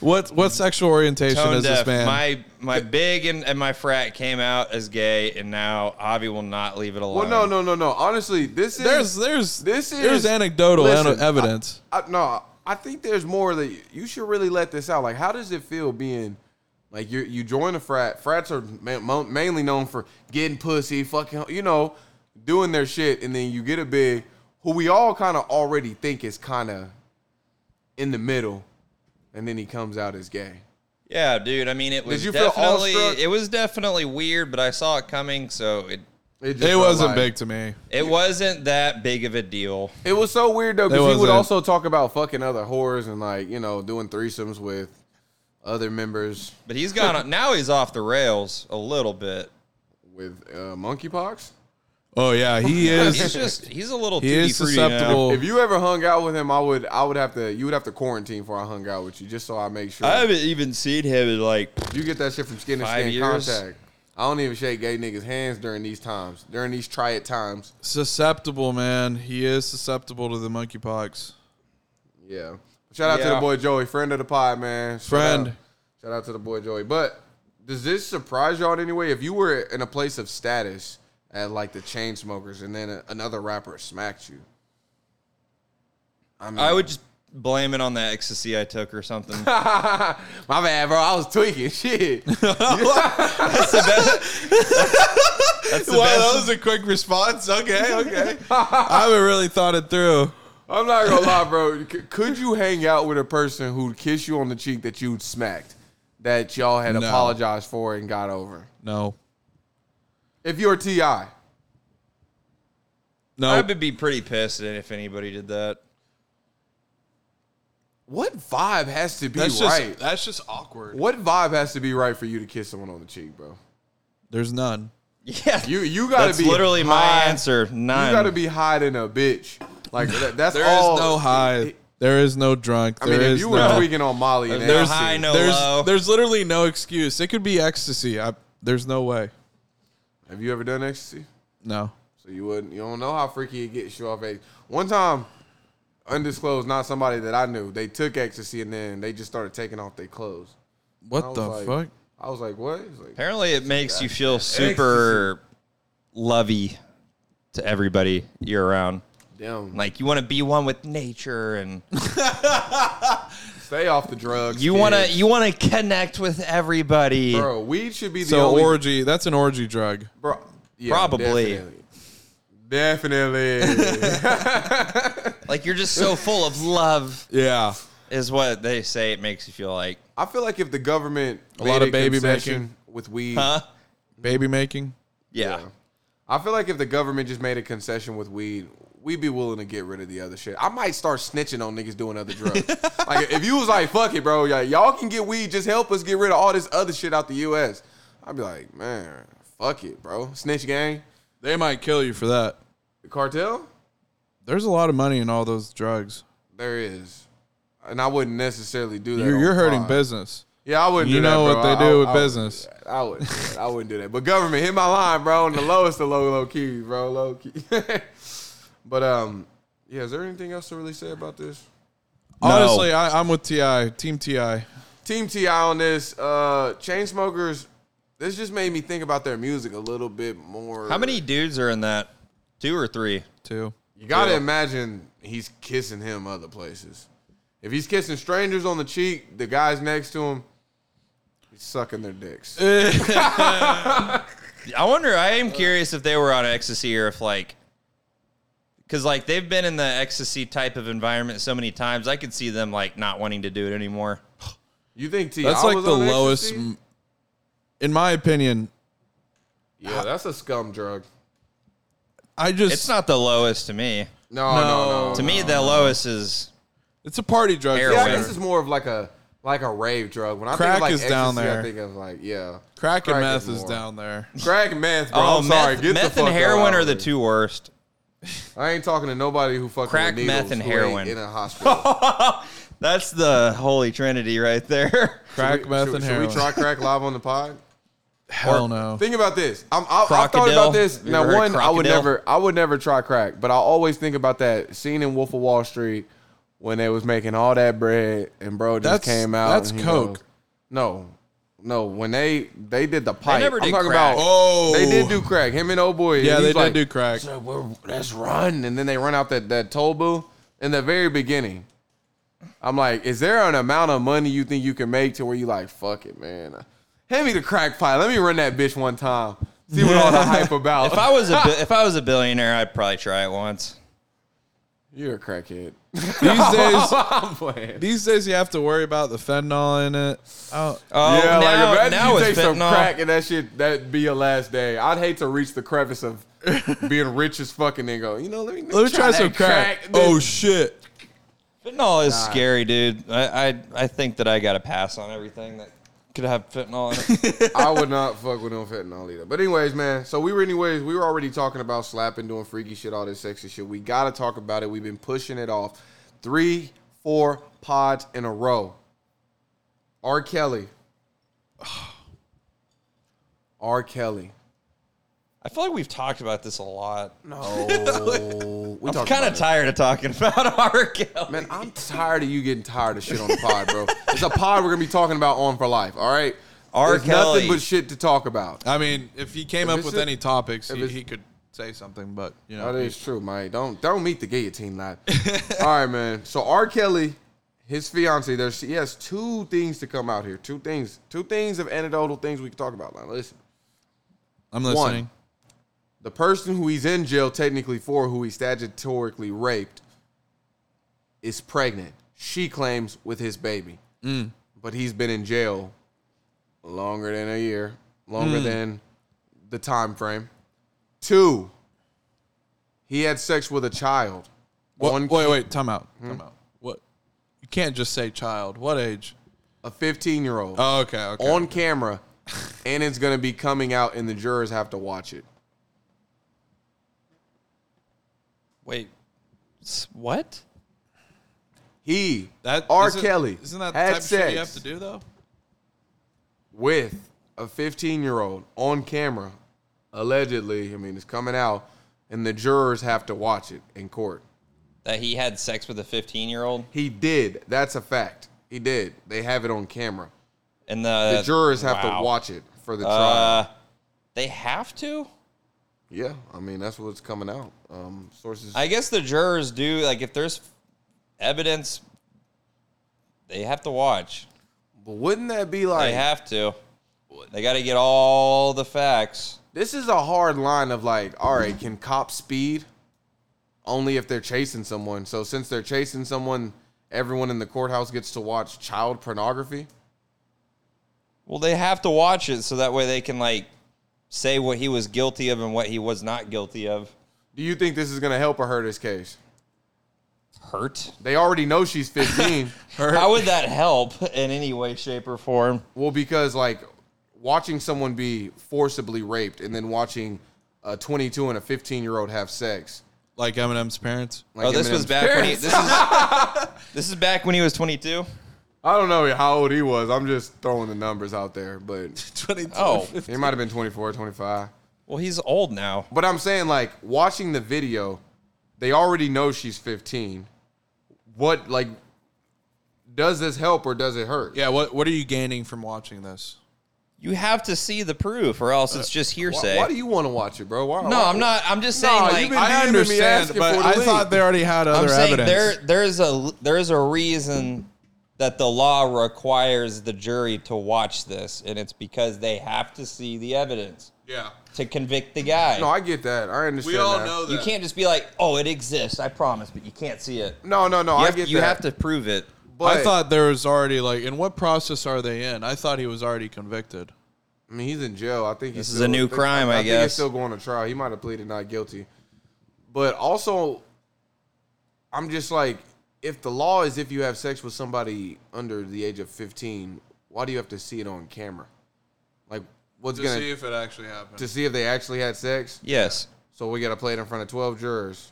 S3: What what sexual orientation
S4: Tone
S3: is
S4: deaf.
S3: this man?
S4: My my big and, and my frat came out as gay, and now Avi will not leave it
S1: Well,
S4: alone.
S1: no, no, no, no. Honestly, this is
S3: there's there's
S1: This is-
S3: there's anecdotal
S1: listen,
S3: ano- evidence.
S1: I, no, I think there's more that you should really let this out. Like, how does it feel being like you you join a frat? Frats are ma- mo- mainly known for getting pussy, fucking, you know, doing their shit, and then you get a big who we all kind of already think is kind of in the middle, and then he comes out as gay.
S4: Yeah, dude. I mean, it was
S1: you feel
S4: definitely
S1: awestruck?
S4: it was definitely weird, but I saw it coming, so it
S1: just
S3: it
S1: felt
S3: wasn't
S1: like-
S3: big to me.
S4: it wasn't that big of a deal.
S1: It was so weird though
S3: It
S1: because he would
S3: wasn't.
S1: also talk about fucking other whores and like you know doing threesomes with other members
S4: But he's gone now. He's off the rails a little bit.
S1: with uh, monkeypox.
S3: Oh yeah, he
S4: He's
S3: is.
S4: just he's a little
S3: He is
S4: tutti frutti now.
S3: susceptible.
S1: If you ever hung out with him, I would I would have to you would have to quarantine before I hung out with you just so I make sure
S4: I haven't even seen him in like
S1: you get that shit from skin to
S4: Five
S1: skin
S4: years.
S1: contact. I don't even shake gay niggas hands during these times. During these try it times.
S3: susceptible man. He is susceptible to the monkeypox.
S1: Yeah. Shout out to
S4: Yeah.
S1: the boy Joey, friend of the pod, man. Shout
S3: Friend.
S1: out. Shout out to the boy Joey. But does this surprise y'all in any way? If you were in a place of status at like the chain smokers and then a, another rapper smacked you. I mean
S4: I would just blame it on the ecstasy I took or something.
S1: my bad, bro. I was tweaking shit.
S4: That's the
S3: Wow, that
S4: best.
S3: was a quick response. Okay, okay. I haven't really thought it through.
S1: I'm not gonna lie, bro. C- Could you hang out with a person who'd kiss you on the cheek that you'd smacked, that y'all had
S3: No.
S1: apologized for and got over?
S3: No,
S1: If you're Ti,
S3: no.
S4: I would be pretty pissed if anybody did that.
S1: what vibe has to be
S3: That's just
S1: right?
S3: that's just awkward.
S1: What vibe has to be right for you to kiss someone on the cheek, bro?
S3: There's none.
S4: Yeah,
S1: You you gotta
S4: that's
S1: be
S4: literally my
S1: high-
S4: answer. Nine.
S1: You gotta be hiding a bitch. Like that, that's
S3: There is
S1: all.
S3: no high. There is no drunk.
S1: I mean,
S3: There
S1: if
S3: is
S1: you were
S3: no.
S1: tweaking on Molly, and
S4: There's
S1: Nancy-
S4: no high, no
S3: there's
S4: low.
S3: there's literally no excuse. It could be ecstasy. I, there's no way.
S1: have you ever done ecstasy?
S3: No.
S1: So you wouldn't you don't know how freaky it gets you off ecstasy. One time, undisclosed, not somebody that I knew, they took ecstasy and then they just started taking off their clothes. I
S3: What
S1: was
S3: the
S1: like-
S3: fuck?
S1: I was like, what? He's like,
S4: Apparently, it makes you feel super lovey to everybody you're around.
S1: damn,
S4: Like you want to be one with nature, and
S1: stay off the drugs.
S4: you
S1: kids.
S4: want to you want to connect with everybody.
S1: bro. Weed should be the
S3: So
S1: only Mhm.
S3: orgy. That's an orgy drug.
S1: bro. yeah,
S4: Probably.
S1: Definitely. Definitely.
S4: Like you're just so full of love,
S3: Yeah.
S4: is what they say. It makes you feel like,
S1: I feel like if the government a
S3: lot of baby
S1: concession
S3: making.
S1: with weed,
S4: huh?
S3: Baby making.
S4: Yeah.
S1: I feel like if the government just made a concession with weed, we'd be willing to get rid of the other shit. I might start snitching on niggas doing other drugs. like if you was like, fuck it, bro, y'all- y'all can get weed, just help us get rid of all this other shit out the US. I'd be like, man, fuck it, bro. Snitch gang,
S3: They might kill you for that.
S1: the cartel.
S3: There's a lot of money in all those drugs.
S1: There is, and I wouldn't necessarily do that.
S3: You're,
S1: on
S3: you're hurting
S1: pod.
S3: business.
S1: Yeah, I wouldn't.
S3: You
S1: do
S3: know
S1: that, bro.
S3: what they
S1: I-
S3: do with
S1: I wouldn't
S3: business.
S1: that. I wouldn't. do that. I wouldn't do that. But government hit my line, bro. On the lowest of low, low key, bro, low key. but um, yeah. Is there anything else to really say about this?
S4: No.
S3: Honestly, I, I'm with Ti, Team Ti.
S1: Team Ti on this. Uh, Chainsmokers. This just made me think about their music a little bit more.
S4: How many dudes are in that? Two or three?
S3: Too.
S1: You gotta
S4: Yeah.
S1: imagine he's kissing him other places. If he's kissing strangers on the cheek, the guys next to him, he's sucking their dicks.
S4: Eh. I wonder. I am curious if they were on ecstasy or if like, because like they've been in the ecstasy type of environment so many times, I could see them like not wanting to do it anymore.
S1: You think T?
S3: That's like
S1: was
S3: the
S1: on
S3: lowest,
S1: ecstasy?
S3: m- in my opinion.
S1: Yeah, that's a scum drug.
S3: I just
S4: It's not the lowest to me.
S1: No, no, no.
S3: No.
S4: To me, the lowest is
S3: It's a party drug.
S4: Heroin.
S1: yeah,
S3: for
S1: I
S4: Sure.
S1: guess
S3: sure.
S1: it's more of like a like a rave drug. When I think
S3: Crack
S1: of like
S3: is down
S1: ecstasy, I
S3: there.
S1: think of like yeah,
S3: Crack and meth is,
S1: more.
S3: down there.
S1: Crack and meth, bro.
S4: oh,
S1: I'm sorry.
S4: meth,
S1: Get
S4: meth
S1: the fuck
S4: and heroin
S1: out
S4: are the
S1: here.
S4: two worst.
S1: I ain't talking to nobody who fucking
S4: Crack,
S1: with
S4: meth,
S1: needles
S4: and
S1: who ain't
S4: heroin.
S1: in a hospital.
S4: That's the holy trinity right there.
S3: Crack, meth,
S1: should,
S3: and
S1: should
S3: heroin.
S1: we try crack live on the pod?
S3: Hell no.
S1: Think about this. I'm, I, I thought about
S4: Crocodile.
S1: this.
S4: You
S1: Now,
S4: ever heard
S1: one, I would
S4: crocodile?
S1: never, I would never try crack, but I always think about that scene in Wolf of Wall Street when they was making all that bread and bro just
S3: That's-
S1: came out.
S3: that's
S1: and he
S3: coke.
S1: goes- no, no. When they they did the pipe,
S4: never
S1: I'm
S4: did
S1: talking
S4: crack.
S1: about.
S3: Oh,
S1: They did do crack. Him and old boy.
S3: Yeah,
S1: he's
S3: they
S1: like,
S3: did do crack.
S1: "So we're- Let's run, and then they run out that that toll booth in the very beginning. I'm like, is there an amount of money you think you can make to where you like, fuck it, man? Hand me the crack pipe. Let me run that bitch one time. See what all the hype about.
S4: If I was a bi- if I was a billionaire, I'd probably try it once.
S1: You're a crackhead.
S3: These days,
S1: I'm playing.
S3: these days you have to worry about the fentanyl in it. Oh,
S4: Oh,
S1: yeah,
S4: now,
S1: like imagine
S4: now
S1: you
S4: it's
S1: take some
S4: fentanyl.
S1: crack and that shit that'd be your last day. I'd hate to reach the crevice of being rich as fucking and go, you know, let me,
S3: let me try,
S1: that
S3: some crack.
S1: then-
S3: Oh shit.
S4: Fentanyl is scary, dude. I, I I think that I got to pass on everything that could have fentanyl in it.
S1: I would not fuck with no fentanyl either. But anyways, man. So we were anyways. We were already talking about slapping, doing freaky shit, all this sexy shit. We gotta talk about it. We've been pushing it off three, four pods in a row. R. Kelly. R. Kelly.
S4: I feel like we've talked about this a lot.
S1: No, we
S4: I'm
S1: talked
S4: kind
S1: about
S4: of
S1: it.
S4: tired of talking about R. Kelly.
S1: Man, I'm tired of you getting tired of shit on the pod, bro. it's a pod we're gonna be talking about on for life. All right.
S4: R.
S1: There's
S4: Kelly.
S1: nothing but shit to talk about.
S3: I mean, if he came
S1: If
S3: up
S1: it's
S3: with
S1: a-
S3: any topics, he,
S1: it's-
S3: he could say something. But you know,
S1: That
S3: he-
S1: is true, Mike. Don't don't meet the guillotine lad. All right, man. So R. Kelly, his fiance, there's he has two things to come out here. Two things, two things of anecdotal things we can talk about. Now listen,
S3: I'm
S1: one.
S3: listening.
S1: the person who he's in jail technically for, who he statutorily raped, is pregnant. She claims with his baby,
S3: Mm.
S1: but he's been in jail longer than a year,
S3: Mm.
S1: longer than the time frame. Two, he had sex with a child.
S3: What-
S1: One Hmm?
S3: wait, wait, time out, time out. What? You can't just say child. What age?
S1: a 15 year old
S3: Oh, okay, okay.
S1: on camera, and it's gonna be coming out, and the jurors have to watch it.
S4: Wait, s- what?
S1: He
S3: that
S1: R.
S3: isn't-
S1: Kelly
S3: Isn't that the
S1: had
S3: type
S1: sex
S3: of shit you have to do though?
S1: with a 15 year old on camera, allegedly. I mean, it's coming out, and the jurors have to watch it in court.
S4: That he had sex with a 15 year old
S1: He did. That's a fact. He did. They have it on camera.
S4: and
S1: The
S4: the,
S1: jurors have
S4: wow.
S1: to watch it for the trial.
S4: Uh, they have to.
S1: Yeah, I mean that's what's coming out. Um, sources.
S4: I guess the jurors do. Like if there's evidence, they have to watch.
S1: but wouldn't that be
S4: They
S1: like?
S4: have to. They got to get all the facts.
S1: This is a hard line of like, all right, can cops speed? Only if they're chasing someone. So since they're chasing someone, everyone in the courthouse gets to watch child pornography.
S4: Well, they have to watch it so that way they can like say what he was guilty of and what he was not guilty of.
S1: Do you think this is gonna help or hurt his case?
S4: Hurt?
S1: They already know she's 15.
S4: How would that help in any way, shape, or form?
S1: well, because like watching someone be forcibly raped and then watching a 22 and a 15 year old have sex.
S3: Like Eminem's parents.
S1: Like
S4: oh, this
S1: Eminem's
S4: was back when he,
S1: parents.
S4: this is this is back when he was 22.
S1: I don't know how old he was. I'm just throwing the numbers out there, but
S3: 22.
S4: Oh,
S1: he might have been 24, 25.
S4: well, he's old now.
S1: But I'm saying, like, watching the video, they already know she's 15. What, like, does this help or does it hurt?
S3: Yeah, what what are you gaining from watching this?
S4: You have to see the proof, or else it's just
S1: Why,
S4: hearsay.
S1: Uh, why do you Oh. want to watch it, bro? Why,
S4: no, I'm not. I'm just saying.
S1: Nah,
S4: like,
S1: you've been
S4: I-
S1: beating
S3: I
S1: me
S3: understand,
S1: asking
S3: but
S1: for the
S3: I
S1: leak.
S3: thought they already had
S4: I'm
S3: other
S4: saying
S3: evidence.
S4: there there's a there's a reason that the law requires the jury to watch this, and it's because they have to see the evidence
S3: yeah,
S4: to convict the guy.
S1: No, I get that. I understand. that.
S4: you can't just be like, "Oh, it exists, I promise," but you can't see it.
S1: No, no, no.
S4: you
S1: I
S4: have,
S1: get
S4: you
S1: that.
S4: have to prove it.
S1: But,
S3: I thought there was already like, in what process are they in? I thought he was already convicted.
S1: I mean, he's in jail. I think he's
S4: This is
S1: still-
S4: a new
S1: I think-
S4: crime, I
S1: Think
S4: guess.
S1: he's still going to trial. He might have pleaded not guilty. But also, I'm just like, if the law is if you have sex with somebody under the age of 15, why do you have to see it on camera? Like, what's gonna
S3: if it actually happened.
S1: to see if they actually had sex?
S4: Yes.
S1: So we got to play it in front of 12 jurors.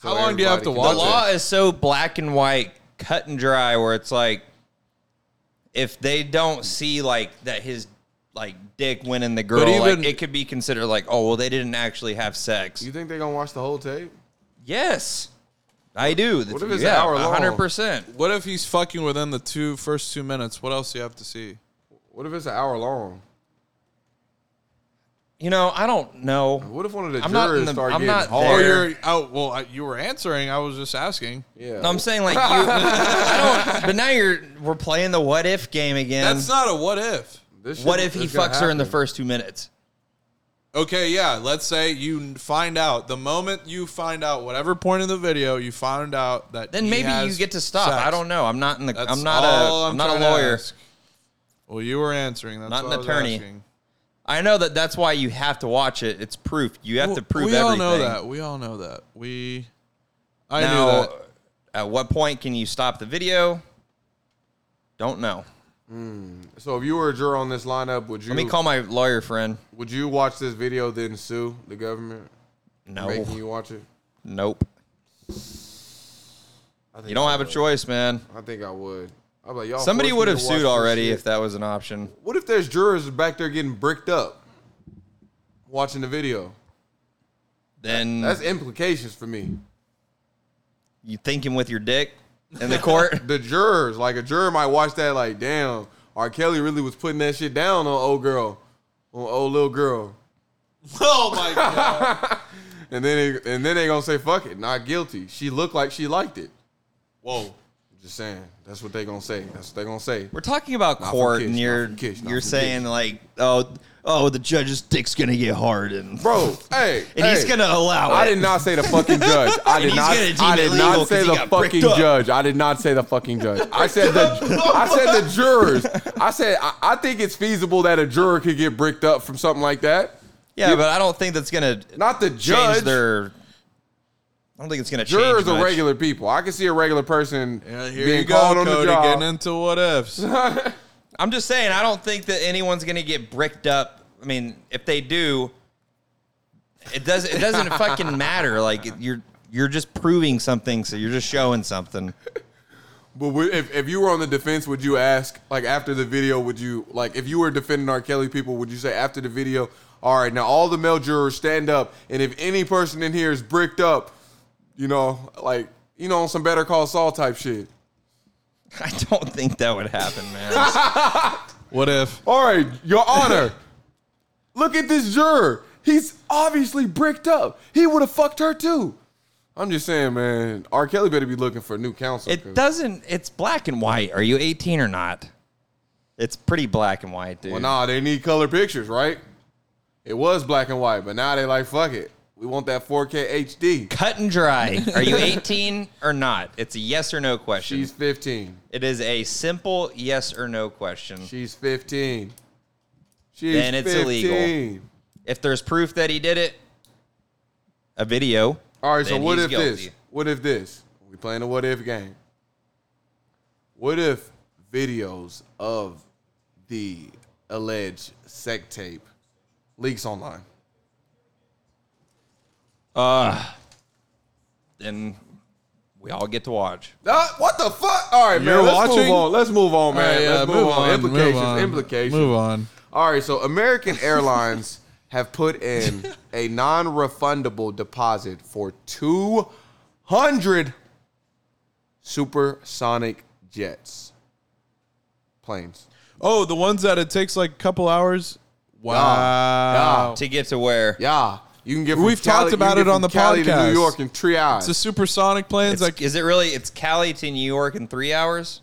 S1: So
S3: How long do you have
S1: everybody
S3: to
S1: can
S4: The
S3: watch
S1: watch
S4: law is so black and white, cut and dry, where it's like if they don't see like that his like dick went in the girl,
S3: even-
S4: like it could be considered like, oh well, they didn't actually have sex.
S1: You think they're gonna watch the whole tape?
S4: yes, I do.
S1: What if it's an
S4: yeah,
S1: hour long?
S4: hundred percent.
S3: What if he's fucking within the two first two minutes? What else do you have to see?
S1: What if it's an hour long?
S4: You know, I don't know.
S1: What if one of the
S4: I'm not in
S1: jurors
S4: the-
S1: start
S4: I'm
S1: getting
S4: not
S1: hard?
S4: there.
S3: Or you're oh well, I, you were answering. I was just asking.
S1: Yeah.
S4: No, I'm saying like you. I don't. But now you're we're playing the what if game again.
S3: That's not a what if.
S1: This shit-
S4: what if
S1: this
S4: he
S1: gonna
S4: fucks her in the
S1: happen.
S4: first two minutes?
S3: Okay, yeah. Let's say you n- find out the moment you find out whatever point in the video you found out that
S4: Then
S3: he
S4: maybe you
S3: has
S4: get to stop.
S3: sex.
S4: I don't know. I'm not in the.
S3: That's
S4: I'm not
S3: all
S4: a. I'm not
S3: trying
S4: a
S3: to
S4: lawyer.
S3: ask. Well, you were answering. That's
S4: Not
S3: what
S4: an
S3: I was
S4: attorney.
S3: asking.
S4: I know that that's why you have to watch it. It's proof. You have to prove
S3: we
S4: everything.
S3: all know that. We all know that. We. I
S4: now,
S3: knew that.
S4: at what point can you stop the video? Don't know.
S1: So if you were a juror on this lineup, would you
S4: Let me call my lawyer friend.
S1: would you watch this video then sue the government
S4: No.
S1: making you watch it?
S4: Nope.
S1: I think
S4: You don't
S1: I
S4: have a
S1: would.
S4: choice, man.
S1: I think I would. I'm like, y'all
S4: Somebody
S1: forced me
S4: would
S1: to
S4: have
S1: watch
S4: sued
S1: this
S4: already
S1: shit.
S4: if that was an option.
S1: what if there's jurors back there getting bricked up watching the video?
S4: Then
S1: That's implications for me.
S4: you thinking with your dick in the court.
S1: The jurors, like a juror might watch that like, damn, R. Kelly really was putting that shit down on old girl, on old little girl.
S3: Oh my god!
S1: And then they, and then they gonna say, fuck it, not guilty. She looked like she liked it.
S3: Whoa!
S1: Just saying. That's what they gonna say. That's what they gonna say.
S4: We're talking about
S1: Not from
S4: court,
S1: Kish,
S4: and
S1: not
S4: you're
S1: from Kish, not
S4: you're
S1: from
S4: saying like, oh, oh, the judge's dick's gonna get hard, and
S1: Bro, hey,
S4: and he's
S1: hey.
S4: gonna allow it.
S1: I did not say the fucking judge. I did
S4: he's
S1: not.
S4: gonna deem
S1: I did
S4: it legal
S1: not
S4: 'cause
S1: say
S4: he
S1: the
S4: got
S1: fucking
S4: bricked up.
S1: judge. I did not say the fucking judge. I said the. I said the jurors. I said I, I think it's feasible that a juror could get bricked up from something like that.
S4: Yeah, but I don't think that's gonna
S1: Not the
S4: change
S1: judge.
S4: their. I don't think it's gonna change.
S1: Jurors are
S4: much.
S1: regular people. I can see a regular person
S3: Yeah, here
S1: being
S3: you go,
S1: called on
S3: Cody,
S1: the job.
S3: getting into what ifs.
S4: I'm just saying, I don't think that anyone's gonna get bricked up. I mean, if they do, it doesn't. It doesn't fucking matter. Like you're you're just proving something, so you're just showing something.
S1: But would- if, if you were on the defense, would you ask like after the video? Would you like if you were defending R. Kelly people? Would you say after the video, all right, now all the male jurors stand up, and if any person in here is bricked up, you know, like you know, on some Better Call Saul type shit.
S4: I don't think that would happen, man.
S3: What if?
S1: All right, Your Honor, look at this juror. He's obviously bricked up. He would have fucked her too. I'm just saying, man. R. Kelly better be looking for a new counsel.
S4: It
S1: 'cause-
S4: doesn't. It's black and white. Are you 18 or not? It's pretty black and white, dude.
S1: Well, nah, they need color pictures, right? It was black and white, but now they like fuck it. We want that 4K HD.
S4: Cut and dry. Are you 18 or not? It's a yes or no question.
S1: She's 15.
S4: It is a simple yes or no question.
S1: She's 15. She's
S4: Then it's
S1: 15.
S4: illegal. If there's proof that he did it, a video.
S1: All right, so
S4: Then
S1: what
S4: he's
S1: if this?
S4: guilty.
S1: What if this? We playing a what if game. What if videos of the alleged sex tape leaks online.
S4: Then we all get to watch.
S1: Uh, what the fuck? All right,
S3: You're
S1: man. Let's
S3: watching?
S1: move on. Let's move on, man.
S3: All right, yeah,
S1: let's move, on. Implications.
S3: move on,
S1: Implications.
S3: Move on.
S1: All right, so American Airlines have put in a non-refundable deposit for 200 supersonic jets planes.
S3: Oh, the ones that it takes like a couple hours. Wow.
S1: Yeah.
S4: To get to where?
S1: Yeah, you can get. From
S3: We've
S1: Cali-
S3: talked
S1: you
S3: about
S1: can
S3: it
S1: get
S3: on
S1: from
S3: the
S1: Cali to
S3: podcast.
S1: New York in three hours.
S3: It's the supersonic planes.
S4: It's,
S3: like
S4: is it really? It's Cali to New York in three hours.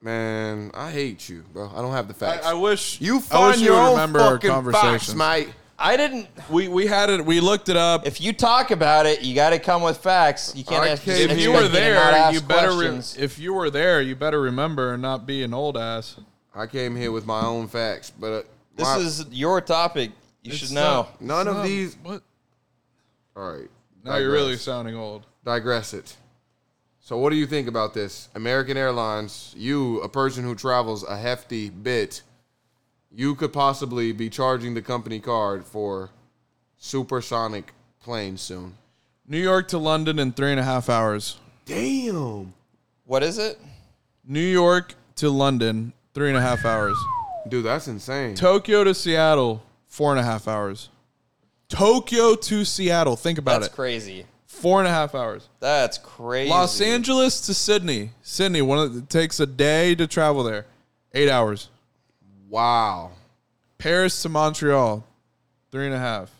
S1: man, I hate you, bro. I don't have the
S3: I,
S1: facts.
S3: I wish
S1: you
S3: I
S1: find
S3: wish
S1: your
S3: would
S1: own
S3: remember our
S1: fucking facts,
S3: conversations.
S1: mate.
S4: I didn't.
S3: we we had it. We looked it up.
S4: If you talk about it, you got to come with facts. You can't.
S1: I
S4: ask,
S1: can't-
S3: If,
S4: expect
S3: you
S4: me
S3: were
S4: to not
S3: there,
S4: ask
S3: you better. Re-
S4: questions.
S3: if you were there, you better remember and not be an old ass.
S1: I came here with my own facts, but uh,
S4: this
S1: my-
S4: is your topic. You
S3: It's
S4: should know.
S3: not-
S1: None
S3: it's
S1: of
S3: not-
S1: these-
S3: What?
S1: all right.
S3: Now you're
S1: digress.
S3: really sounding old.
S1: digress it. So, what do you think about this? American Airlines, you, a person who travels a hefty bit, you could possibly be charging the company card for supersonic planes soon.
S3: New York to London in three and a half hours.
S1: Damn.
S4: What is it?
S3: New York to London, three and a half hours.
S1: Dude, that's insane.
S3: Tokyo to Seattle, four and a half hours. Tokyo to Seattle. Think about
S4: That's
S3: it.
S4: crazy.
S3: Four and a half hours.
S4: That's crazy.
S3: Los Angeles to Sydney. Sydney. One of, it takes a day to travel there. Eight hours.
S1: wow.
S3: Paris to Montreal, three and a half.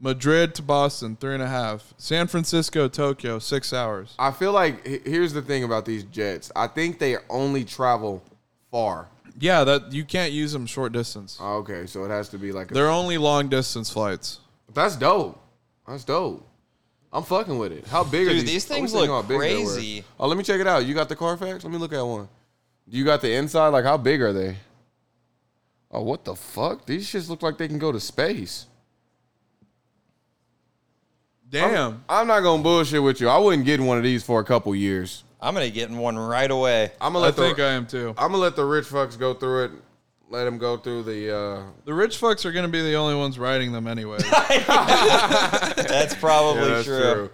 S3: Madrid to Boston, three and a half. San Francisco, Tokyo, six hours.
S1: I feel like he- here's the thing about these jets I think they only travel far.
S3: Yeah, that you can't use them short distance.
S1: Okay, so it has to be like a.
S3: They're only long distance flights.
S1: That's dope. That's dope. I'm fucking with it. How big are
S4: Dude,
S1: these?
S4: these
S1: I was
S4: things
S1: thinking
S4: look
S1: how big they were.
S4: crazy.
S1: Oh, let me check it out. You got the Carfax? Let me look at one. You got the inside? Like, how big are they? Oh, what the fuck? These shits look like they can go to space.
S3: Damn.
S1: I'm not gonna bullshit with you. I wouldn't get one of these for a couple years.
S4: I'm gonna get in one right away.
S1: I'm gonna
S3: I
S1: let the
S3: think I am too.
S1: I'm gonna let the rich fucks go through it. Let them go through the. uh
S3: The rich fucks are going to be the only ones riding them anyway.
S4: That's probably
S1: Yeah, that's
S4: true.
S1: true.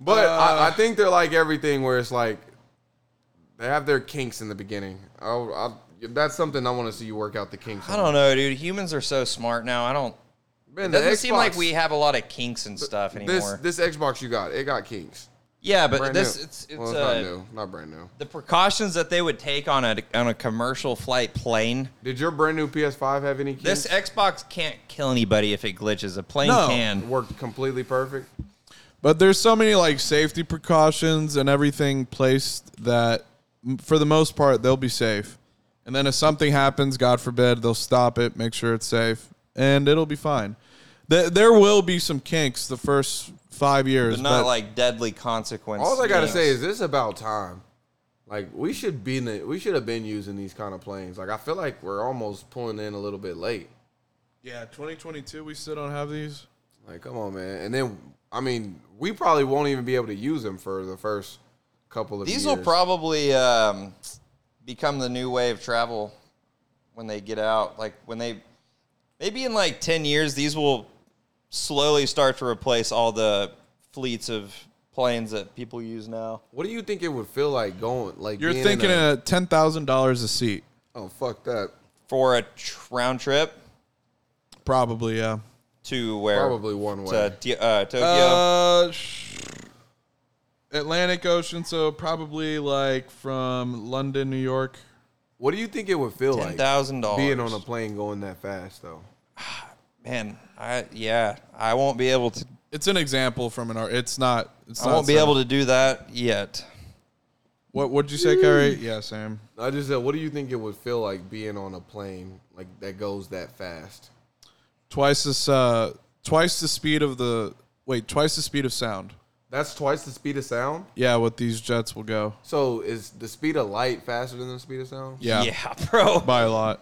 S1: But
S4: Uh.
S1: I, I think they're like everything where it's like they have their kinks in the beginning. I'll, I'll, that's something I want to see you work out the kinks.
S4: I
S1: on.
S4: don't know, dude. Humans are so smart now. I don't.
S1: Man,
S4: It
S1: the
S4: doesn't seem
S1: Xbox-
S4: like we have a lot of kinks and stuff
S1: this
S4: anymore.
S1: this Xbox you got. It got kinks.
S4: yeah, but
S1: Brand
S4: this
S1: new.
S4: it's it's,
S1: well, it's
S4: uh,
S1: not new, not brand new.
S4: the precautions that they would take on a on a commercial flight plane.
S1: Did your brand new PS5 have any kinks?
S4: This Xbox can't kill anybody if it glitches. A plane
S3: No.
S4: can.
S1: worked completely perfect.
S3: But there's so many like safety precautions and everything placed that m- for the most part they'll be safe. And then if something happens, God forbid, they'll stop it, make sure it's safe, and it'll be fine. Th- there will be some kinks the first five years,
S4: But not like deadly consequence.
S1: All I gotta
S4: things.
S1: say is this about time. Like we should be in it- we should have been using these kind of planes. Like I feel like we're almost pulling in a little bit late.
S3: yeah, 2022 we still don't have these.
S1: Like come on, man. And then I mean we probably won't even be able to use them for the first couple of
S4: these
S1: years.
S4: will probably um, become the new way of travel when they get out. Like when they maybe in like ten years, these will slowly start to replace all the fleets of planes that people use now.
S1: What do you think it would feel like going like
S3: You're
S1: being in
S3: thinking
S1: a-
S3: at ten thousand dollars a seat,
S1: oh fuck that
S4: for a tr- round trip
S3: probably. Yeah.
S4: to where
S1: probably one way.
S4: to T- uh, Tokyo.
S3: Uh, sh- Atlantic Ocean, so probably like from London, New York.
S1: what do you think it would feel
S4: Ten
S1: like?
S4: thousand
S1: being on a
S4: dollars.
S1: plane going that fast though.
S4: Man, I yeah, I won't be able to.
S3: It's an example from an art. It's not. It's
S4: I
S3: not
S4: won't be
S3: some-
S4: able to do that yet.
S3: What would you say, Kyrie? Yeah, Sam.
S1: I just said, what do you think it would feel like being on a plane like that goes that fast?
S3: Twice this. Uh, twice the speed of the. Wait, twice the speed of sound.
S1: That's twice the speed of sound.
S3: Yeah, what these jets will go.
S1: So is the speed of light faster than the speed of sound?
S3: Yeah,
S4: bro.
S3: by a lot.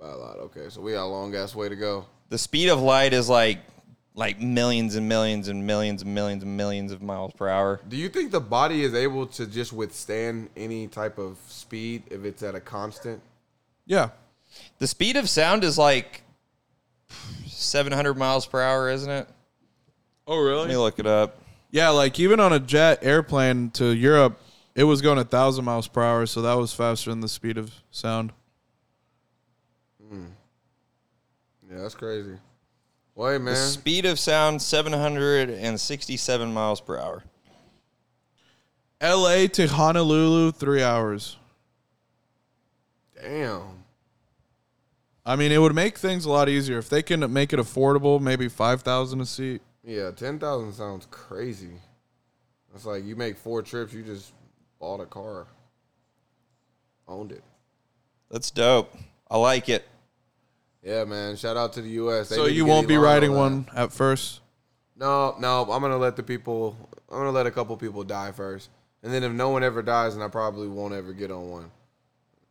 S1: By a lot. Okay, so we got a long ass way to go.
S4: The speed of light is like like millions and millions and millions and millions and millions of miles per hour.
S1: Do you think the body is able to just withstand any type of speed if it's at a constant?
S3: Yeah,
S4: The speed of sound is like 700 miles per hour, isn't it?
S3: Oh,
S4: Let me
S3: really?
S4: look it up.
S3: Yeah, like even on a jet airplane to Europe, it was going a thousand miles per hour, so that was faster than the speed of sound.
S1: Yeah, that's crazy. Wait,
S4: The
S1: man.
S4: speed of sound 767 miles per hour.
S3: L.A. to Honolulu, three hours.
S1: Damn.
S3: I mean, it would make things a lot easier if they can make it affordable. Maybe five thousand a seat.
S1: Yeah, ten thousand sounds crazy. It's like you make four trips, you just bought a car, owned it.
S4: That's dope. I like it.
S1: Yeah, man. Shout out to the U.S. They
S3: so
S1: need to
S3: you
S1: get
S3: won't be
S1: Elon on
S3: riding
S1: that.
S3: one at first.
S1: No, no. I'm gonna let the people. I'm gonna let a couple people die first, and then if no one ever dies, then I probably won't ever get on one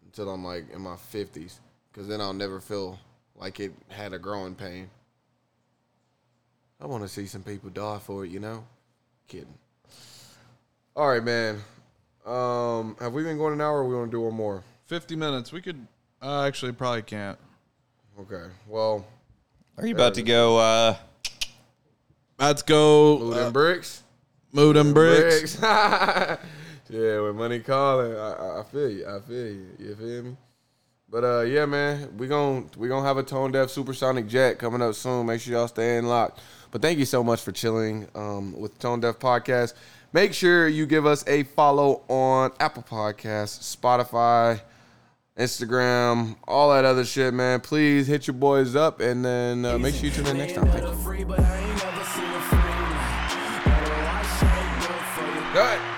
S1: until I'm like in my fifties, because then I'll never feel like it had a growing pain. I want to see some people die for it, you know. Kidding. All right, man. Um, have we been going an hour? or We want to do one more.
S3: Fifty minutes. We could uh, actually probably can't.
S1: Okay. Well,
S4: Are you about to go? Uh,
S3: Let's go.
S1: food
S3: Uh,
S1: and bricks.
S3: mood and bricks.
S1: bricks. yeah, when money calling, I, I- I feel you. I feel you. You feel me? But uh, yeah, man, we gon' we gonna have a tone deaf supersonic jet coming up soon. Make sure y'all stay in locked. But thank you so much for chilling um, with Tone Deaf Podcast. Make sure you give us a follow on Apple Podcasts, Spotify, Instagram, all that other shit, man. Please hit your boys up and then uh, make sure you tune in next time. Thank you.
S2: Free, but I ain't never seen a free. Better watch how you do it for you.
S1: Good.